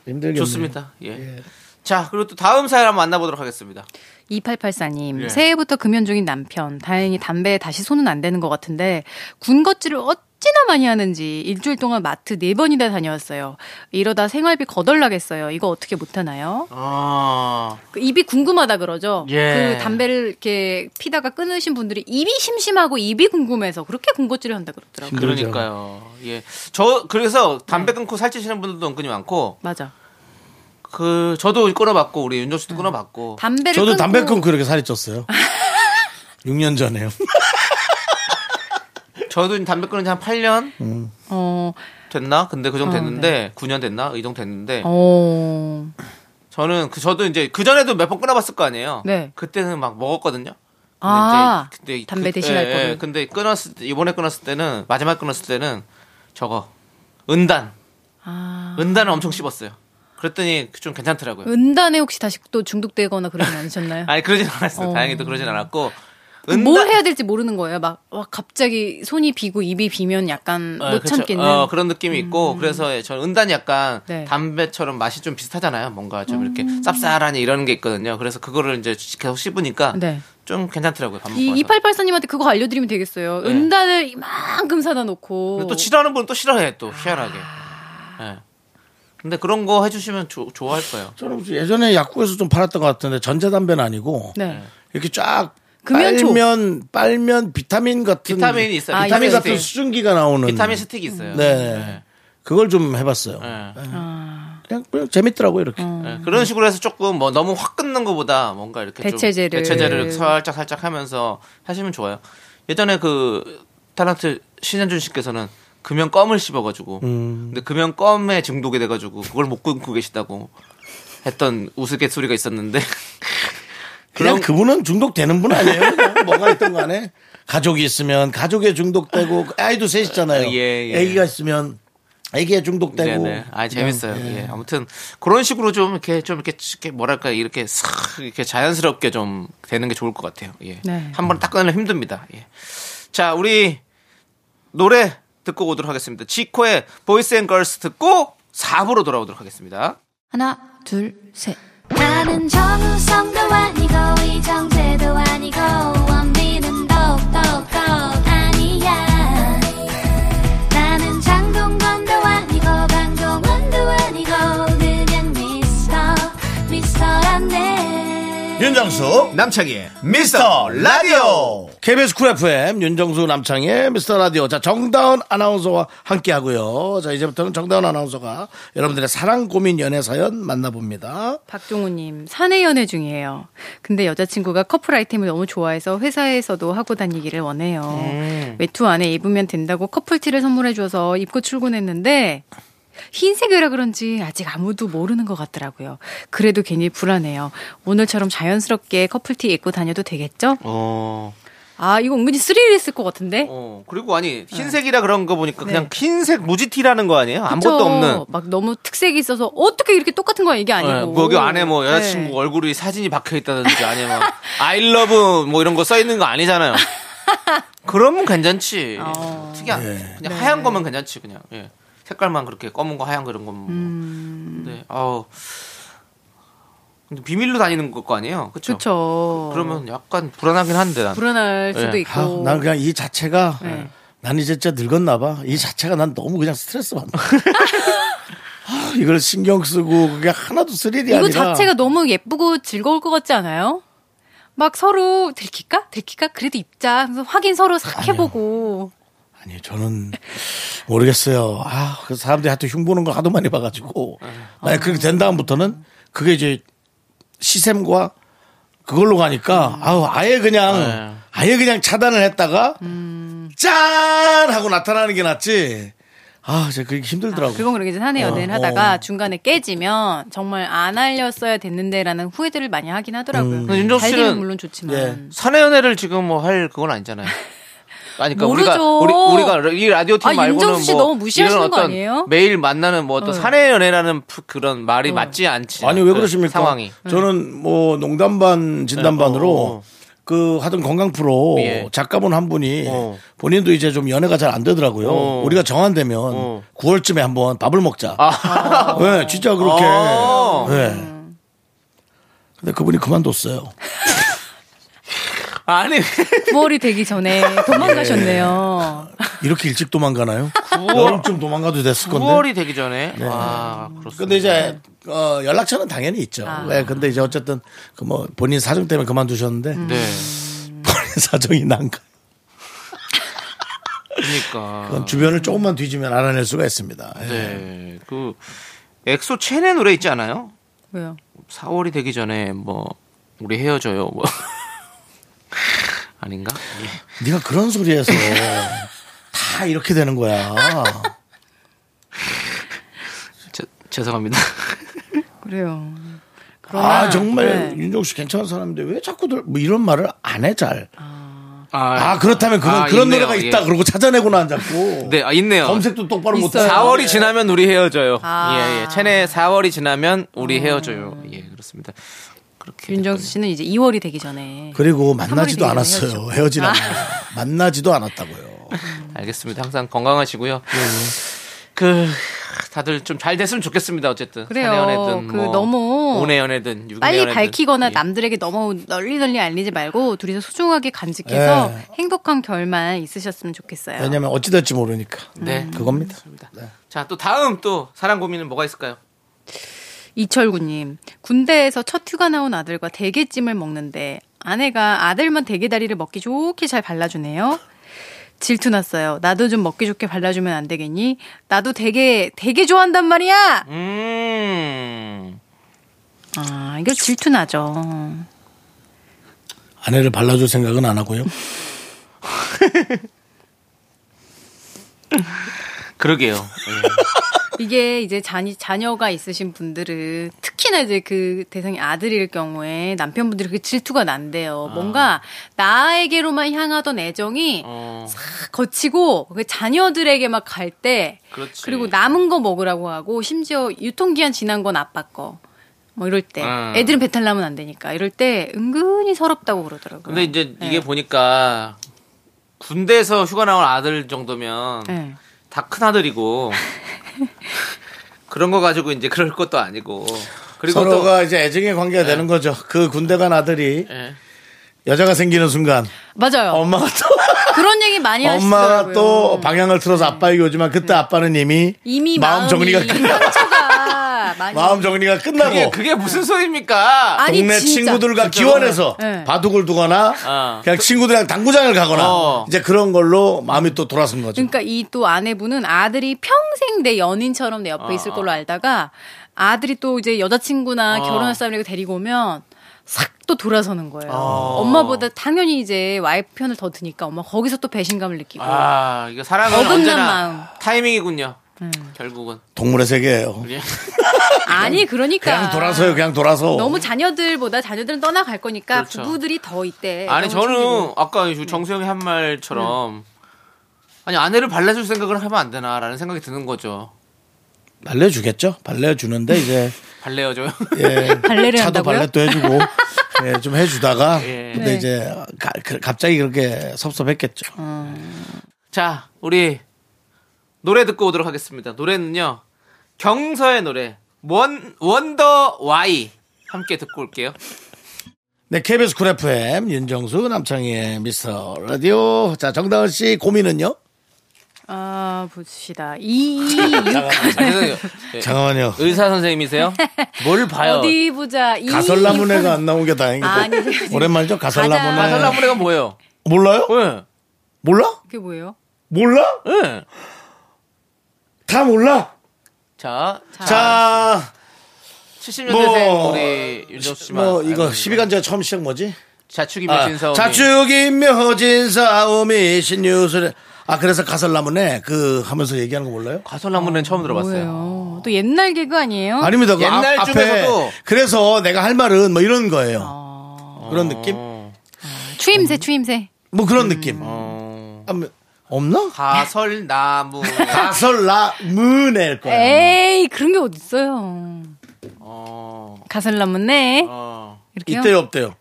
S1: 힘들겠네요.
S2: 좋습니다. 예. 자, 그리고 또 다음 사연 한번 만나보도록 하겠습니다.
S8: 2884님,
S2: 예.
S8: 새해부터 금연 중인 남편. 다행히 담배에 다시 손은 안 대는 것 같은데, 군것질을 어찌나 많이 하는지 일주일 동안 마트 네번이나 다녀왔어요. 이러다 생활비 거덜나겠어요. 이거 어떻게 못하나요?
S2: 아,
S8: 그 입이 궁금하다 그러죠?
S2: 예.
S8: 그 담배를 이렇게 피다가 끊으신 분들이 입이 심심하고 입이 궁금해서 그렇게 군것질을 한다 그러더라고요.
S1: 힘들죠.
S2: 그러니까요. 예. 저, 그래서 담배 끊고 살찌시는 분들도 은근히 많고,
S8: 맞아.
S2: 그, 저도 끊어봤고, 우리 윤정
S1: 음.
S2: 씨도 끊어봤고.
S8: 담배를
S1: 저도
S8: 끊고
S1: 담배 끊고 그렇게 살이 쪘어요. 6년 전에요.
S2: 저도 담배 끊은 지 한 8년
S8: 어,
S2: 됐나? 근데 그
S1: 음,
S2: 정도
S1: 네.
S2: 됐는데, 9년 됐나? 이 정도 됐는데,
S8: 어,
S2: 저는, 그, 저도 이제, 그전에도 몇 번 끊어봤을 거 아니에요?
S8: 네.
S2: 그때는 막 먹었거든요. 근데
S8: 아,
S2: 이제 그때 그-
S8: 담배 대신할
S2: 예,
S8: 거를.
S2: 예. 근데 끊었을 때, 이번에 끊었을 때는, 마지막 끊었을 때는, 저거, 은단.
S8: 아.
S2: 은단을 엄청 씹었어요. 그랬더니 좀
S8: 음.
S2: 괜찮더라고요.
S8: 은단에 혹시 다시 또 중독되거나 그러진 않으셨나요?
S2: 아니 그러진 않았어요.
S8: 어.
S2: 다행히도 그러진 않았고.
S8: 그뭘 해야 될지 모르는 거예요. 막, 와, 갑자기 손이 비고 입이 비면 약간
S2: 어,
S8: 못
S2: 그쵸.
S8: 참겠는.
S2: 어, 그런 느낌이 있고 그래서 예, 저는 은단이 약간
S8: 음. 네. 음.
S2: 담배처럼 맛이 좀 비슷하잖아요. 뭔가 좀 이렇게 쌉쌀하니 이런 게 있거든요. 그래서 그거를 이제 계속 씹으니까
S8: 네.
S2: 좀 괜찮더라고요. 밥 먹고
S8: 이
S2: 나서.
S8: 2884님한테 그거 알려드리면 되겠어요.
S2: 네.
S8: 은단을 이만큼 사다 놓고.
S2: 근데 또 싫어하는 분은 또 싫어해
S8: 아.
S2: 또 희한하게. 예. 근데 그런 거 해주시면 조- 좋아할 거예요.
S1: 저는 무슨 예전에 약국에서 좀 팔았던 것 같은데 전자담배는 아니고
S8: 네.
S1: 이렇게 쫙
S8: 금연초.
S1: 빨면 빨면 비타민 같은
S2: 비타민이 있어요. 예,
S8: 아,
S1: 비타민
S8: 있어요,
S1: 같은
S8: 있어요.
S1: 수증기가 나오는
S2: 비타민 스틱이 있어요.
S1: 음. 네. 그걸 좀 해봤어요.
S2: 예. 예.
S8: 음.
S1: 그냥, 그냥 재밌더라고요 이렇게.
S2: 예, 그런 식으로 해서 조금 뭐 너무 확 끊는 것보다 뭔가 이렇게
S8: 대체제를.
S2: 좀 대체제를 살짝 살짝 하면서 하시면 좋아요. 예전에 그 타란트 신현준 씨께서는 금연 껌을 씹어가지고 근데 금연 껌에 중독이 돼가지고 그걸 못 끊고 계시다고 했던 우스갯소리가 있었는데
S1: 그냥 그분은 중독되는 분 아니에요? 그냥 뭐가 있던 간에 가족이 있으면 가족에 중독되고 아이도 셋이잖아요.
S2: 예, 예.
S1: 아기가 있으면 아기에 중독되고.
S2: 네네. 아
S1: 그냥,
S2: 재밌어요.
S1: 예.
S2: 예. 아무튼 그런 식으로 좀 이렇게 좀 이렇게, 이렇게 뭐랄까 이렇게 싹 이렇게 자연스럽게 좀 되는 게 좋을 것 같아요. 예.
S8: 네.
S2: 한번 닦아내려 힘듭니다. 예. 자 우리 노래 듣고 오도록 하겠습니다. 지코의 보이스 앤 걸스 듣고 4부로 돌아오도록 하겠습니다.
S6: 하나, 둘, 셋.
S9: 나는 정우성도 아니고 이정재도 아니고 원빈은 더욱더 아니야 나는 장동건도 아니고 강동원도 아니고 그냥 미스터 미스터란데
S3: 윤정수
S2: 남창희의
S3: 미스터 라디오
S1: KBS 쿨 FM 윤정수 남창의 미스터 라디오 자 정다운 아나운서와 함께 하고요. 자 이제부터는 정다운 아나운서가 여러분들의 사랑 고민 연애 사연 만나봅니다.
S8: 박종우님 사내 연애 중이에요. 근데 여자친구가 커플 아이템을 너무 좋아해서 회사에서도 하고 다니기를 원해요.
S2: 네.
S8: 외투 안에 입으면 된다고 커플티를 선물해줘서 입고 출근했는데 흰색이라 그런지 아직 아무도 모르는 것 같더라고요. 그래도 괜히 불안해요. 오늘처럼 자연스럽게 커플티 입고 다녀도 되겠죠?
S2: 어,
S8: 아 이거 은근히 스릴 있을 것 같은데?
S2: 어 그리고 아니 흰색이라 그런 거 보니까 그냥
S8: 네.
S2: 흰색 무지티라는 거 아니에요? 아무것도
S8: 그쵸?
S2: 없는.
S8: 막 너무 특색이 있어서 어떻게 이렇게 똑같은 거야 이게 아니고
S2: 뭐 여기 안에 뭐 여자친구
S8: 네.
S2: 얼굴이 사진이 박혀 있다든지 아니면 I love 뭐 이런 거 써 있는 거 아니잖아요. 그러면 괜찮지.
S8: 어.
S2: 특이 안. 그냥 하얀 거면 괜찮지 그냥. 예. 색깔만 그렇게 검은 거 하얀 거 이런 거. 뭐.
S8: 음.
S2: 네. 아우. 근데 비밀로 다니는 거 아니에요? 그렇죠.
S8: 그쵸.
S2: 그러면 약간 불안하긴 한데 난.
S8: 불안할 수도
S2: 예.
S8: 있고.
S1: 아, 난 그냥 이 자체가
S8: 네.
S1: 난 이제 진짜 늙었나 봐. 이 자체가 난 너무 그냥 스트레스 받는. 아, 이걸 신경 쓰고 그게 하나도 스릴이
S8: 이거
S1: 아니라.
S8: 자체가 너무 예쁘고 즐거울 것 같지 않아요? 막 서로 들킬까? 들킬까? 그래도 입자. 그래서 확인 서로 싹 해보고.
S1: 아니 저는 모르겠어요. 아, 그 사람들이 하여튼 흉 보는 걸 하도 많이 봐가지고
S8: 아.
S1: 만약 그렇게 된 다음부터는 그게 이제 시샘과 그걸로
S8: 음.
S1: 가니까 아우 아예
S8: 네.
S1: 그냥 아예 그냥 차단을 했다가
S8: 음.
S1: 짠 하고 나타나는 게 낫지. 아, 진짜 그게 힘들더라고. 요
S8: 그건 그러겠지. 사내 연애를
S1: 어,
S8: 하다가
S1: 어.
S8: 중간에 깨지면 정말 안 알렸어야 됐는데라는 후회들을 많이 하긴 하더라고요.
S2: 근데 윤정
S8: 잘
S2: 씨는-
S8: 되면 물론 좋지만.
S1: 음. 예.
S2: 사내 연애를 지금 뭐 할 그건 아니잖아요. 음. 아니, 그러니까
S8: 모르죠.
S2: 우리가 우리가 이 라디오 팀
S8: 아,
S2: 말고는
S8: 윤정수 씨
S2: 뭐
S8: 너무 무시하시는
S2: 이런
S8: 거
S2: 어떤
S8: 아니에요?
S2: 매일 만나는 뭐 어떤 어. 사내 연애라는 프- 그런 말이 맞지 않지.
S1: 아니 왜
S2: 그
S1: 그러십니까?
S2: 상황이.
S1: 저는 뭐 농담 반 진담
S2: 어,
S1: 반으로
S2: 어.
S1: 그 하던 건강 프로
S2: 예.
S1: 작가분 한 분이
S2: 어.
S1: 본인도 이제 좀 연애가 잘 안 되더라고요.
S2: 어.
S1: 우리가 정한되면
S2: 어.
S1: 9월쯤에 한번 밥을 먹자.
S2: 아.
S1: 네, 진짜 그렇게.
S2: 어.
S1: 네. 근데 그분이 그만뒀어요.
S2: 아니
S8: 9월이 되기 전에
S1: 예.
S8: 도망가셨네요.
S1: 이렇게 일찍 도망가나요? 여름쯤 도망가도 됐을 건데.
S2: 9월이 되기 전에.
S1: 네.
S2: 아 그렇습니다.
S1: 근데 이제 어, 연락처는 당연히 있죠. 네, 근데 이제 어쨌든 그 뭐 본인 사정 때문에 그만두셨는데
S2: 네.
S1: 본인 사정이 난가.
S2: 그러니까.
S1: 그건 주변을 조금만 뒤지면 알아낼 수가 있습니다. 예.
S2: 네. 그 엑소 체내 노래 있지 않아요?
S8: 왜요?
S2: 4월이 되기 전에 뭐 우리 헤어져요. 뭐 아닌가? 예.
S1: 네가 그런 소리에서 다 이렇게 되는 거야.
S2: 제- 죄송합니다.
S8: 그래요. 그러나,
S1: 아 정말
S8: 네.
S1: 윤종 씨 괜찮은 사람인데 왜 자꾸들 뭐 이런 말을 안 해 잘. 아,
S2: 아,
S1: 그렇다면 그건
S2: 아,
S1: 그런
S2: 있네요.
S1: 노래가 있다
S2: 예.
S1: 그러고 찾아내고는 안 잡고.
S2: 네, 아, 있네요.
S1: 검색도 똑바로 못.
S8: 있어요. 네.
S1: 하고.
S2: 4월이 지나면 우리 헤어져요.
S8: 아. 음.
S2: 예, 예. 체내 4월이 지나면 우리 헤어져요. 예, 그렇습니다. 그렇게.
S8: 윤정수
S2: 됐군요.
S8: 씨는 이제 2월이 되기 전에.
S1: 그리고
S8: 삼월이
S1: 만나지도
S8: 되기
S1: 않았어요.
S8: 전에
S1: 헤어진
S8: 아.
S1: 않아요. 만나지도 않았다고요.
S2: 알겠습니다. 항상 건강하시고요.
S1: 네,
S2: 그 다들 좀 잘 됐으면 좋겠습니다. 어쨌든
S8: 그래요.
S2: 사내 연애든
S8: 그
S2: 뭐
S8: 너무
S2: 오내 연애든 유내
S8: 빨리
S2: 연애든.
S8: 밝히거나
S2: 예.
S8: 남들에게 너무 널리 널리 알리지 말고 둘이서 소중하게 간직해서
S1: 예.
S8: 행복한 결말 있으셨으면 좋겠어요.
S1: 왜냐면 어찌 될지 모르니까.
S8: 음.
S2: 네.
S1: 그겁니다.
S2: 자, 또 다음 또 사랑 고민은 뭐가 있을까요?
S8: 이철구님 군대에서 첫 휴가 나온 아들과 대게찜을 먹는데 아내가 아들만 대게다리를 먹기 좋게 잘 발라주네요. 질투 났어요. 나도 좀 먹기 좋게 발라주면 안 되겠니? 나도 되게 되게 좋아한단 말이야.
S2: 음.
S8: 아 이거 질투 나죠.
S1: 아내를 발라줄 생각은 안 하고요.
S2: 그러게요. 예.
S8: 이게 이제 자녀, 자녀가 있으신 분들은 특 특히나 이제 그 대상이 아들일 경우에 남편분들이 그 질투가 난대요. 뭔가 나에게로만 향하던 애정이
S2: 어.
S8: 싹 거치고 그 자녀들에게 막 갈 때
S2: 그렇지.
S8: 그리고 남은 거 먹으라고 하고 심지어 유통기한 지난 건 아빠 거. 뭐 이럴 때
S2: 아.
S8: 애들은 배탈 나면 안 되니까 이럴 때 은근히 서럽다고 그러더라고요.
S2: 근데 이제
S8: 네.
S2: 이게 보니까 군대에서 휴가 나온 아들 정도면
S8: 네.
S2: 다 큰 아들이고 그런 거 가지고 이제 그럴 것도 아니고 그리고 네.
S1: 서로가 이제 애증의 관계가 되는 거죠. 그 군대 간 아들이
S2: 또 예.
S1: 여자가 생기는 순간
S8: 맞아요.
S1: 엄마가 또
S8: 그런 얘기 많이
S1: 엄마가
S8: 하시더라고요. 네.
S1: 또 방향을 틀어서 아빠에게 오지만 그때 아빠는 이미
S8: 이미
S1: 마음
S8: 마음이
S1: 정리가 끝나
S8: 상처가 많이
S1: 마음 정리가
S2: 그게,
S1: 끝나고
S2: 그게 무슨 소리입니까?
S8: 아니,
S1: 동네
S8: 진짜.
S1: 친구들과 기원해서
S8: 네.
S1: 바둑을 두거나
S2: 어.
S1: 그냥 친구들이랑 당구장을 가거나
S2: 어.
S1: 이제 그런 걸로 마음이 또 돌아선 거죠.
S8: 그러니까 이 또 아내분은 아들이 평생 내 연인처럼 내 옆에 있을 걸로 알다가 아들이 또 이제 여자친구나 결혼할 사람이고 데리고 오면 싹 또 돌아서는 거예요. 엄마보다 당연히 이제 와이프 편을 더 드니까 엄마 거기서 또 배신감을 느끼고.
S2: 아 이거 사랑은
S8: 어긋난
S2: 언제나
S8: 마음.
S2: 타이밍이군요. 결국은
S1: 동물의 세계예요.
S2: 그게
S8: 아니 그러니까
S1: 그냥 돌아서요, 그냥 돌아서.
S8: 너무 자녀들보다 자녀들은 떠나갈 거니까
S2: 그렇죠.
S8: 부부들이 더 이때.
S2: 아니
S8: 애정을
S2: 저는
S8: 챙기고.
S2: 아까 정수영이 한 말처럼
S8: 네.
S2: 아니 아내를 발라줄 생각을 하면 안 되나라는 생각이 드는 거죠.
S1: 발려주겠죠? 발려주는데 이제
S2: 발레여줘요.
S1: 예,
S8: 발레를
S1: 차도
S8: 한다고요?
S1: 발레도 해주고 예, 좀 해주다가
S2: 예.
S1: 근데
S8: 네.
S1: 이제 가- 그- 갑자기 그렇게 섭섭했겠죠.
S2: 자 우리 노래 듣고 오도록 하겠습니다. 노래는요 경서의 노래 원 원더 와이 함께 듣고 올게요.
S1: 네, KBS 쿨 FM 윤정수 남창희의 미스터 라디오. 자, 정다은 씨 고민은요?
S8: 아 봅시다 이육
S2: 아니, 선생님, 예.
S1: 잠깐만요.
S2: 의사 선생님이세요? 뭘 봐요? 네.
S8: 어디 보자 이
S1: 가설라문회가 안 나온 게 다행이다.
S8: 아니, 제가 지금
S1: 오랜만이죠 가설라문회.
S8: 가자.
S2: 가설라문회가 뭐예요?
S1: 몰라요?
S2: 예.
S1: 몰라?
S8: 그게 뭐예요?
S1: 몰라?
S2: 예.
S1: 다 몰라?
S2: 자,
S1: 자,
S2: 70년대생
S1: 뭐,
S2: 우리 윤정수 씨만.
S1: 뭐 이거
S2: 알고 있는
S1: 12간제가 처음 시작 뭐지?
S2: 자축이
S1: 아,
S2: 미친 사오미.
S1: 자축이며 진사오미 신유술. 아 그래서 가설라문회 그 하면서 얘기하는 거 몰라요?
S2: 가설라문은 처음 들어봤어요.
S8: 뭐예요? 또 옛날 개그 아니에요?
S1: 아닙니다. 그
S2: 옛날
S1: 앞, 앞에
S2: 중에서도.
S1: 그래서 내가 할 말은 뭐 이런 거예요.
S8: 어.
S1: 그런 느낌?
S8: 추임새 추임새.
S1: 뭐
S2: 음.
S1: 그런 느낌.
S2: 어.
S1: 아, 뭐, 없나?
S2: 가설나무.
S1: 가설라문회일 거예요.
S8: 에이 그런 게 어딨어요.
S2: 어,
S8: 가설라문네
S2: 어.
S8: 이렇게요.
S1: 이때요 없대요.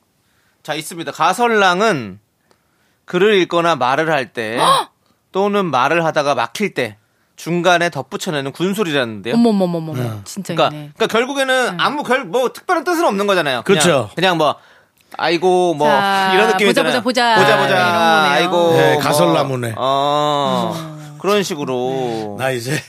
S2: 자, 있습니다. 가설랑은 글을 읽거나 말을 할 때, 또는 말을 하다가 막힐 때, 중간에 덧붙여내는 군술이라는데요.
S8: 어머머머머 머 진짜
S2: 그러니까,
S8: 있네.
S2: 그러니까 결국에는 아무 결, 뭐 특별한 뜻은 없는 거잖아요. 그냥-
S1: 그렇죠.
S2: 그냥 뭐 아이고 뭐
S8: 자,
S2: 이런 느낌이잖아요.
S8: 보자, 보자, 보자.
S2: 보자 보자.
S8: 이런 거네요.
S2: 아이고
S1: 네,
S2: 뭐.
S1: 가설나무네.
S2: 어, 그런 식으로.
S1: 나 이제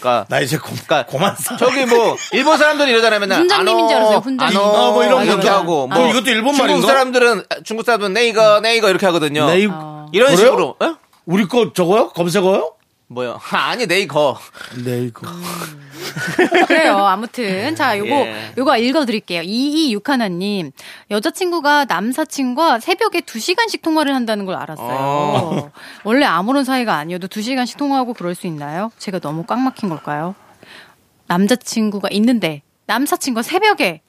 S2: 그러니까,
S1: 나 이제 고,
S2: 그러니까
S1: 고만 싸.
S2: 저기 뭐 일본 사람들이 이러잖아요. 맨날
S8: 훈장님인
S2: 안어,
S8: 줄 알았어요, 훈장님. 네.
S2: 안어,
S1: 아, 뭐 이런
S2: 이렇게
S1: 것도-
S2: 하고
S1: 그럼 이것도 일본
S2: 중국
S1: 말인가?
S2: 사람들은 중국 사람들은 네 이거 네 이거 이렇게 하거든요.
S1: 네, 이-
S2: 이런
S1: 그래요?
S2: 식으로. 어?
S1: 우리 거 저거요? 검색어요?
S2: 뭐요? 아니 네 이거.
S1: 네 이거.
S8: 아, 그래요. 아무튼 자 요거
S2: 예.
S8: 요거 읽어드릴게요. 226 하나님 여자친구가 남사친과 새벽에 2 시간씩 통화를 한다는 걸 알았어요. 원래 아무런 사이가 아니어도 2 시간씩 통화하고 그럴 수 있나요? 제가 너무 꽉 막힌 걸까요? 남자친구가 있는데 남사친과 새벽에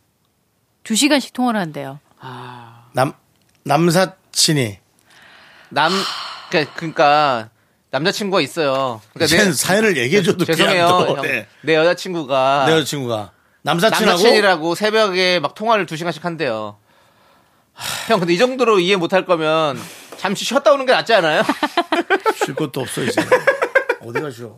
S8: 2 시간씩 통화를 한대요.
S1: 남 남사친이.
S2: 남 그러니까, 그러니까 남자친구가 있어요. 그러니까
S1: 쟤는 사연을 얘기해줘도
S2: 죄송해요.
S1: 그냥 또,
S2: 형.
S1: 네.
S2: 내 여자친구가
S1: 내 여자친구가 남사친하고
S2: 남사친이라고 새벽에 막 통화를 두 시간씩 한대요. 하, 형 근데 이 정도로 이해 못할 거면 잠시 쉬었다 오는 게 낫지 않아요?
S1: 쉴 것도 없어 이제. 어디가 쉬어?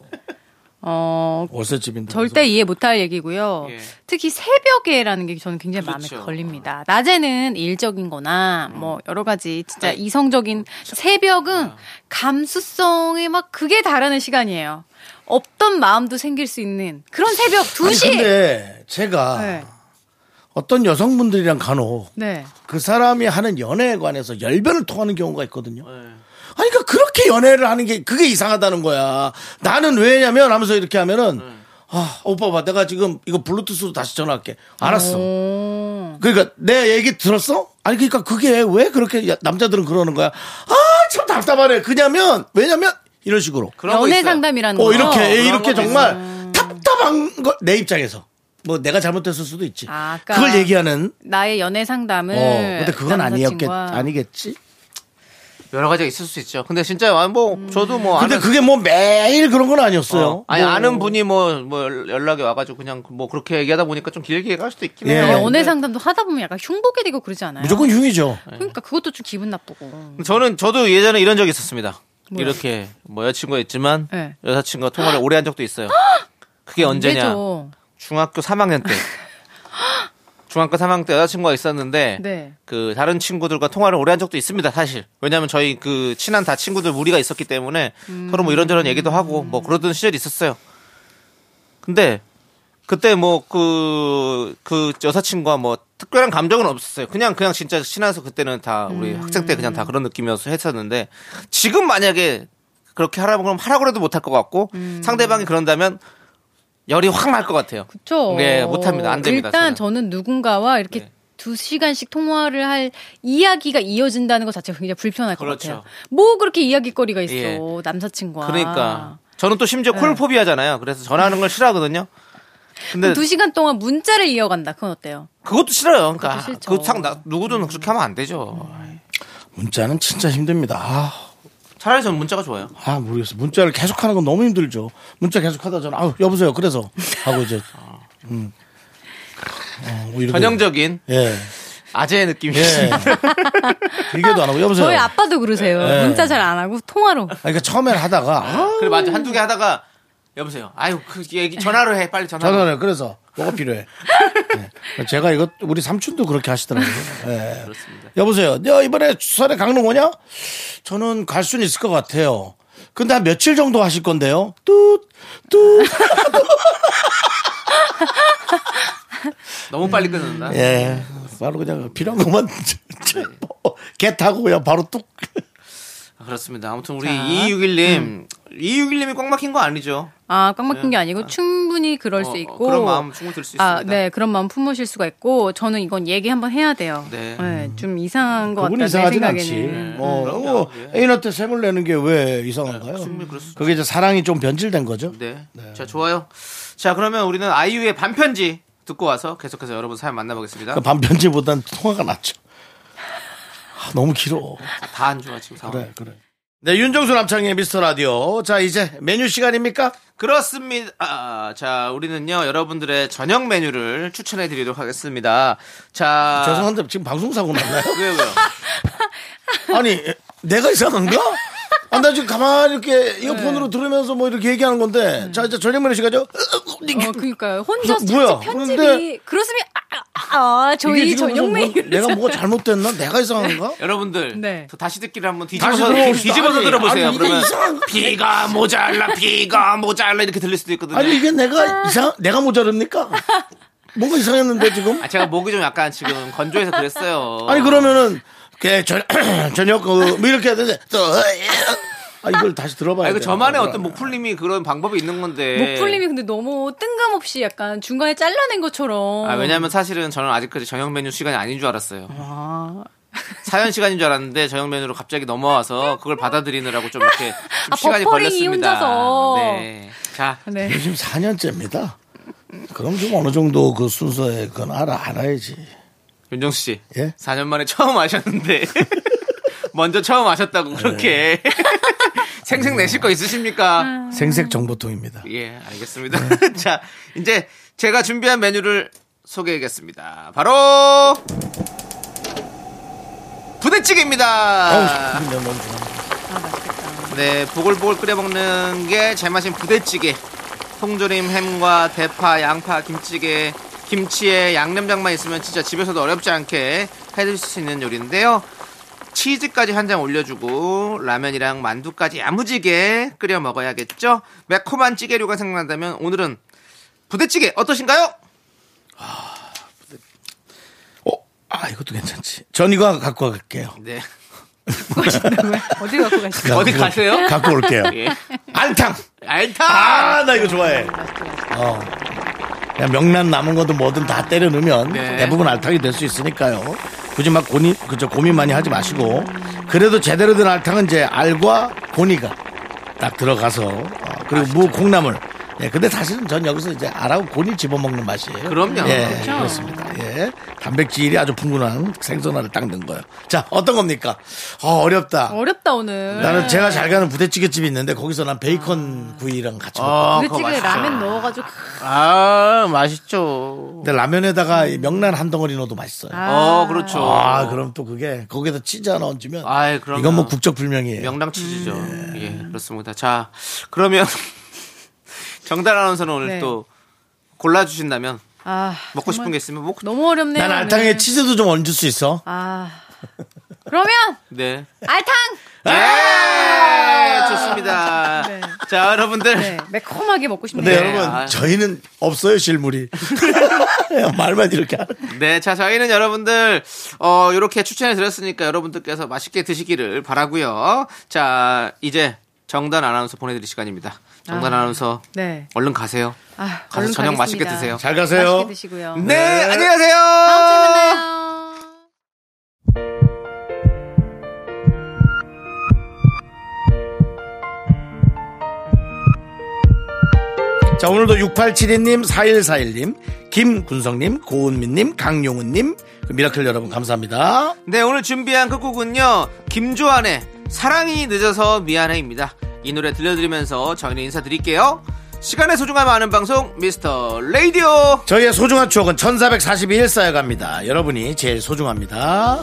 S8: 어
S1: 월세집인데.
S8: 절대 이해 못할 얘기고요.
S2: 예.
S8: 특히 새벽에라는 게 저는 굉장히 마음에
S2: 그렇죠. 음.
S8: 걸립니다. 낮에는 일적인 거나 뭐 여러 가지 진짜
S2: 네.
S8: 이성적인
S2: 그렇죠.
S8: 새벽은
S2: 아.
S8: 감수성에 막 극에 달하는 시간이에요. 없던 마음도 생길 수 있는 그런 새벽
S1: 아니,
S8: 2시!
S1: 근데 제가
S8: 네.
S1: 어떤 여성분들이랑 간혹
S8: 네.
S1: 그 사람이 하는 연애에 관해서 열변을 통하는 경우가 있거든요. 아니, 그러니까 그렇게 연애를 하는 게 그게 이상하다는 거야. 나는 왜냐면 하면서 이렇게 하면은 아, 오빠 봐. 내가 지금 이거 블루투스로 다시 전화할게. 알았어. 그러니까 내 얘기 들었어? 아니 그러니까 그게 왜 그렇게 야- 남자들은 그러는 거야? 아, 참 답답하네. 그냐면 왜냐면 이런 식으로.
S2: 그런 거
S8: 연애
S2: 있어요.
S8: 상담이라는 거.
S1: 어, 이렇게
S2: 그런
S1: 이렇게
S2: 거
S1: 정말 답답한 거 내 입장에서. 뭐 내가 잘못했을 수도 있지.
S8: 아, 아까
S1: 그걸 얘기하는.
S8: 나의 연애
S1: 어,
S8: 상담을
S1: 근데 그건 아니었겠,
S8: 남사친과
S1: 아니겠지.
S2: 여러 가지가 있을 수 있죠. 근데 진짜 아, 뭐
S8: 음.
S2: 저도 뭐
S1: 근데
S2: 아는,
S1: 그게 뭐 매일 그런 건 아니었어요.
S2: 어, 아니
S1: 뭐.
S2: 아는 분이 뭐 뭐 연락이 와가지고 그냥 뭐 그렇게 얘기하다 보니까 좀 길게 얘기할 수도 있긴
S1: 예.
S2: 해요.
S8: 아니,
S1: 네.
S8: 연애 상담도 하다 보면 약간 흉보게 되고 그러지 않아요?
S1: 무조건 흉이죠.
S8: 그러니까 그것도 좀 기분 나쁘고.
S2: 저는 저도 예전에 이런 적이 있었습니다.
S8: 뭐요?
S2: 이렇게 뭐 여자친구가 있지만
S8: 네.
S2: 여자친구가 통화를 오래 한 적도 있어요.
S8: 아!
S2: 그게 언제냐?
S8: 되죠.
S2: 중학교 3학년 때. 중학교 3학년 때 여자친구가 있었는데
S8: 네.
S2: 그 다른 친구들과 통화를 오래 한 적도 있습니다 사실 왜냐하면 저희 그 친한 다 친구들 무리가 있었기 때문에 서로 뭐 이런저런 얘기도 하고 뭐 그러던 시절이 있었어요 근데 그때 뭐 그 그 여사친과 뭐 특별한 감정은 없었어요 그냥 그냥 진짜 친해서 그때는 다 우리
S8: 음.
S2: 학생 때 그냥 다 그런 느낌이어서 했었는데 지금 만약에 그렇게 하라고 그러면 하라고 해도 못할 것 같고 상대방이 그런다면 열이 확 날 것 같아요
S8: 음. 그쵸.
S2: 네, 못합니다. 안 됩니다, 저는.
S8: 일단 저는 누군가와 이렇게
S2: 네.
S8: 두 시간씩 통화를 할 이야기가 이어진다는 것 자체가 굉장히 불편할 것
S2: 그렇죠.
S8: 같아요. 뭐 그렇게 이야기거리가 있어
S2: 예.
S8: 남사친과.
S2: 그러니까 저는 또 심지어
S8: 네.
S2: 콜포비아잖아요. 그래서 전화하는 걸 싫어하거든요. 근데
S8: 그럼 두 시간 동안 문자를 이어간다. 그건 어때요?
S2: 그것도 싫어요. 그러니까
S8: 그것도 싫죠.
S2: 그상 누구든 그렇게 하면 안 되죠.
S1: 문자는 진짜 힘듭니다. 아,
S2: 차라리 저는 문자가 좋아요.
S1: 아, 모르겠어. 문자를 계속 하는 건 너무 힘들죠. 문자 계속 하다 저는, 아 여보세요. 그래서. 하고 이제. 음. 어, 뭐 이렇게.
S2: 전형적인
S1: 예.
S2: 아재의 느낌이.
S1: 예. 얘기도 안 하고, 여보세요.
S8: 저희 아빠도 그러세요.
S2: 예.
S1: 네.
S8: 문자 잘 안 하고 통화로.
S1: 아니, 그러니까 처음엔 하다가, 아,
S2: 그래 맞아 한두 개 하다가 여보세요. 아유 그 얘기 전화로 해 빨리 전화.
S1: 전화를 해. 그래서 뭐가 필요해. 예. 제가 이거 우리 삼촌도 그렇게 하시더라고요. 예.
S2: 그렇습니다.
S1: 여보세요. 너 이번에 추석에 강릉 오냐? 저는 갈 수는 있을 것 같아요. 근데 한 며칠 정도 하실 건데요? 뚜, 뚜.
S2: 너무 빨리 끊는다.
S1: 예. 바로 그냥 필요한 것만 뭐, 개 타고 그냥 바로 뚝.
S2: 그렇습니다. 아무튼 우리 261님 261님이 꽉 막힌 거 아니죠.
S8: 아, 꽉 막힌 게 아니고 충분히 그럴
S2: 예. 어,
S8: 수
S2: 어,
S8: 있고.
S2: 그런 마음 충분히 들 수
S8: 아,
S2: 있습니다.
S8: 네, 그런 마음 품으실 수가 있고, 저는 이건 얘기 한번 해야 돼요.
S2: 네.
S8: 좀 이상한 것
S1: 그분
S8: 같다, 내
S1: 이상하진
S8: 생각에는.
S1: 않지. 어,
S2: 그럼요. 네.
S1: 어, 애인한테 셈을 내는 게 왜 이상한가요?
S2: 음, 그럴 수
S1: 그게 이제 사랑이 좀 변질된 거죠.
S2: 네. 자 좋아요. 자 그러면 우리는 아이유의 반편지 듣고 와서 계속해서 여러분 사연 만나보겠습니다.
S1: 그 반편지보단 통화가 낫죠. 아, 너무 길어.
S2: 다 안 좋아 지금 상황.
S1: 네, 그래, 그래. 네, 윤정수 남창의 미스터 라디오. 자, 이제 메뉴 시간입니까?
S2: 그렇습니다. 아, 자, 우리는요, 여러분들의 저녁 메뉴를 추천해 드리도록 하겠습니다. 자.
S1: 죄송한데 지금 방송사고 났나요?
S2: 왜요, 왜요?
S1: 아니, 내가 이상한가? 아, 나 지금 가만히 이렇게 이어폰으로
S2: 네.
S1: 들으면서 뭐 이렇게 얘기하는 건데. 자, 이제 저녁 메뉴 시간이죠.
S8: 어, 그니까요. 혼자
S1: 그, 뭐야?
S8: 자체 편집이.
S1: 그런데-
S8: 그렇습니다. 아, 아, 아,
S1: 이게
S8: 저희
S1: 지금
S8: 저녁
S1: 무슨 뭐-
S8: 메뉴.
S1: 내가 뭐가 잘못됐나? 내가 이상한가?
S2: 여러분들.
S8: 네.
S2: 더 다시 듣기를 한번
S1: 다시
S2: 뒤집어서,
S1: 들어봅시다.
S2: 뒤집어서
S1: 아니,
S2: 들어보세요.
S1: 아니, 이게
S2: 그러면.
S1: 이상한-
S2: 비가 모자라, 비가 모자라 이렇게 들릴 수도 있거든요.
S1: 아니 이게 내가 이상 내가 모자릅니까? 뭔가 이상했는데 지금?
S2: 아, 제가 목이 좀 약간 지금 건조해서 그랬어요.
S1: 아니 그러면은 그 저, 저녁 그뭐 이렇게 해야 되는데 또 아, 이걸 다시 들어봐야
S2: 아, 이거
S1: 돼.
S2: 저만의 어떤 목풀림이 그런 방법이 있는 건데.
S1: 네.
S8: 목풀림이 근데 너무 뜬금없이 약간 중간에 잘라낸 것처럼.
S2: 아, 왜냐면 사실은 저는 아직까지 저녁 메뉴 시간이 아닌 줄 알았어요. 사연 시간인 줄 알았는데 저녁 메뉴로 갑자기 넘어와서 그걸 받아들이느라고 좀 이렇게 좀
S8: 아,
S2: 시간이
S8: 버퍼링이
S2: 걸렸습니다.
S8: 혼자서.
S2: 네. 자,
S8: 네.
S1: 요즘 4년째입니다. 그럼 좀 어느 정도 그 순서에 그건 알아 알아야지.
S2: 윤정수 씨.
S1: 예?
S2: 4년 만에 처음 아셨는데. 먼저 처음 아셨다고 그렇게
S1: 네.
S2: 생색 내실 거
S8: 아.
S2: 있으십니까?
S1: 생색 정보통입니다.
S2: 예, 알겠습니다. 자, 이제 제가 준비한 메뉴를 소개하겠습니다. 바로 부대찌개입니다.
S1: 아우, 너무 좋아.
S2: 네, 보글보글 끓여 먹는 게 제맛인 부대찌개. 통조림 햄과 대파, 양파, 김찌개, 김치에 양념장만 있으면 진짜 집에서도 어렵지 않게 해드실 수 있는 요리인데요. 치즈까지 한 장 올려주고 라면이랑 만두까지 야무지게 끓여 먹어야겠죠. 매콤한 찌개류가 생각난다면 오늘은 부대찌개 어떠신가요?
S1: 어, 아 이것도 괜찮지. 전 이거 갖고 갈게요.
S2: 네.
S8: 어디 갖고 가시죠?
S2: 어디 가세요?
S1: 갖고 올게요.
S2: 예.
S1: 알탕.
S2: 알타.
S1: 아, 나 이거 좋아해. 어. 그냥 명란 남은 것도 뭐든 다 때려 넣으면
S2: 네.
S1: 대부분 알탕이 될 수 있으니까요. 굳이 막 고민, 그저 고민 많이 하지 마시고. 그래도 제대로 된 알탕은 이제 알과 고니가 딱 들어가서. 어, 그리고 무, 콩나물. 예, 근데 사실은 전 여기서 이제 알하고 곤을 집어먹는 맛이에요.
S2: 그럼요.
S1: 예,
S2: 그렇죠.
S1: 그렇습니다 예, 단백질이 아주 풍부한 생선알을 딱 넣은 거예요. 자, 어떤 겁니까? 어, 어렵다.
S8: 어렵다 오늘.
S1: 나는 제가 잘 가는 부대찌개 집이 있는데 거기서 난 베이컨 구이랑 같이 먹고.
S2: 아, 그거
S8: 부대찌개
S2: 맛있죠.
S8: 라면 넣어가지고
S2: 아, 맛있죠.
S1: 근데 라면에다가 이 명란 한 덩어리 넣어도 맛있어요. 아,
S2: 어, 그렇죠.
S1: 그럼 또 그게 거기다 치즈 하나 얹으면
S2: 아이, 그럼요.
S1: 이건 뭐 국적 불명이에요.
S2: 명랑 치즈죠.
S8: 음,
S2: 예, 그렇습니다. 자, 그러면 정달 아나운서는 오늘
S8: 네.
S2: 또 골라주신다면
S8: 아,
S2: 먹고 싶은
S8: 정말
S2: 게 있으면 먹고
S8: 너무 어렵네요.
S1: 난
S8: 오늘.
S1: 알탕에 치즈도 좀 얹을 수 있어.
S8: 아 그러면
S2: 네.
S8: 알탕.
S2: 예! 좋습니다.
S8: 네.
S2: 자, 여러분들.
S8: 네 매콤하게 먹고 싶네요.
S1: 근데
S2: 네,
S1: 여러분
S2: 아유.
S1: 저희는 없어요 실물이 말만 이렇게 하는.
S2: 네, 자 저희는 여러분들 어 이렇게 추천해 드렸으니까 여러분들께서 맛있게 드시기를 바라고요. 자 이제 정단 아나운서 보내드릴 시간입니다. 정단
S8: 아.
S2: 아, 나운서
S8: 네.
S2: 얼른 가세요.
S8: 아,
S2: 가서
S8: 얼른
S2: 저녁
S8: 가겠습니다.
S2: 맛있게 드세요.
S1: 잘 가세요.
S8: 맛있게 드시고요.
S2: 네, 안녕하세요.
S8: 네.
S1: 자, 오늘도 6872님, 4141님, 김군성님, 고은민님, 강용은님, 그 미라클 여러분 감사합니다.
S2: 네, 오늘 준비한 끝곡은요. 김조한의 사랑이 늦어서 미안해입니다. 이 노래 들려드리면서 저희는 인사드릴게요. 시간의 소중함 아는 방송 미스터 레이디오.
S1: 저희의 소중한 추억은 1442일 쌓여갑니다. 여러분이 제일 소중합니다.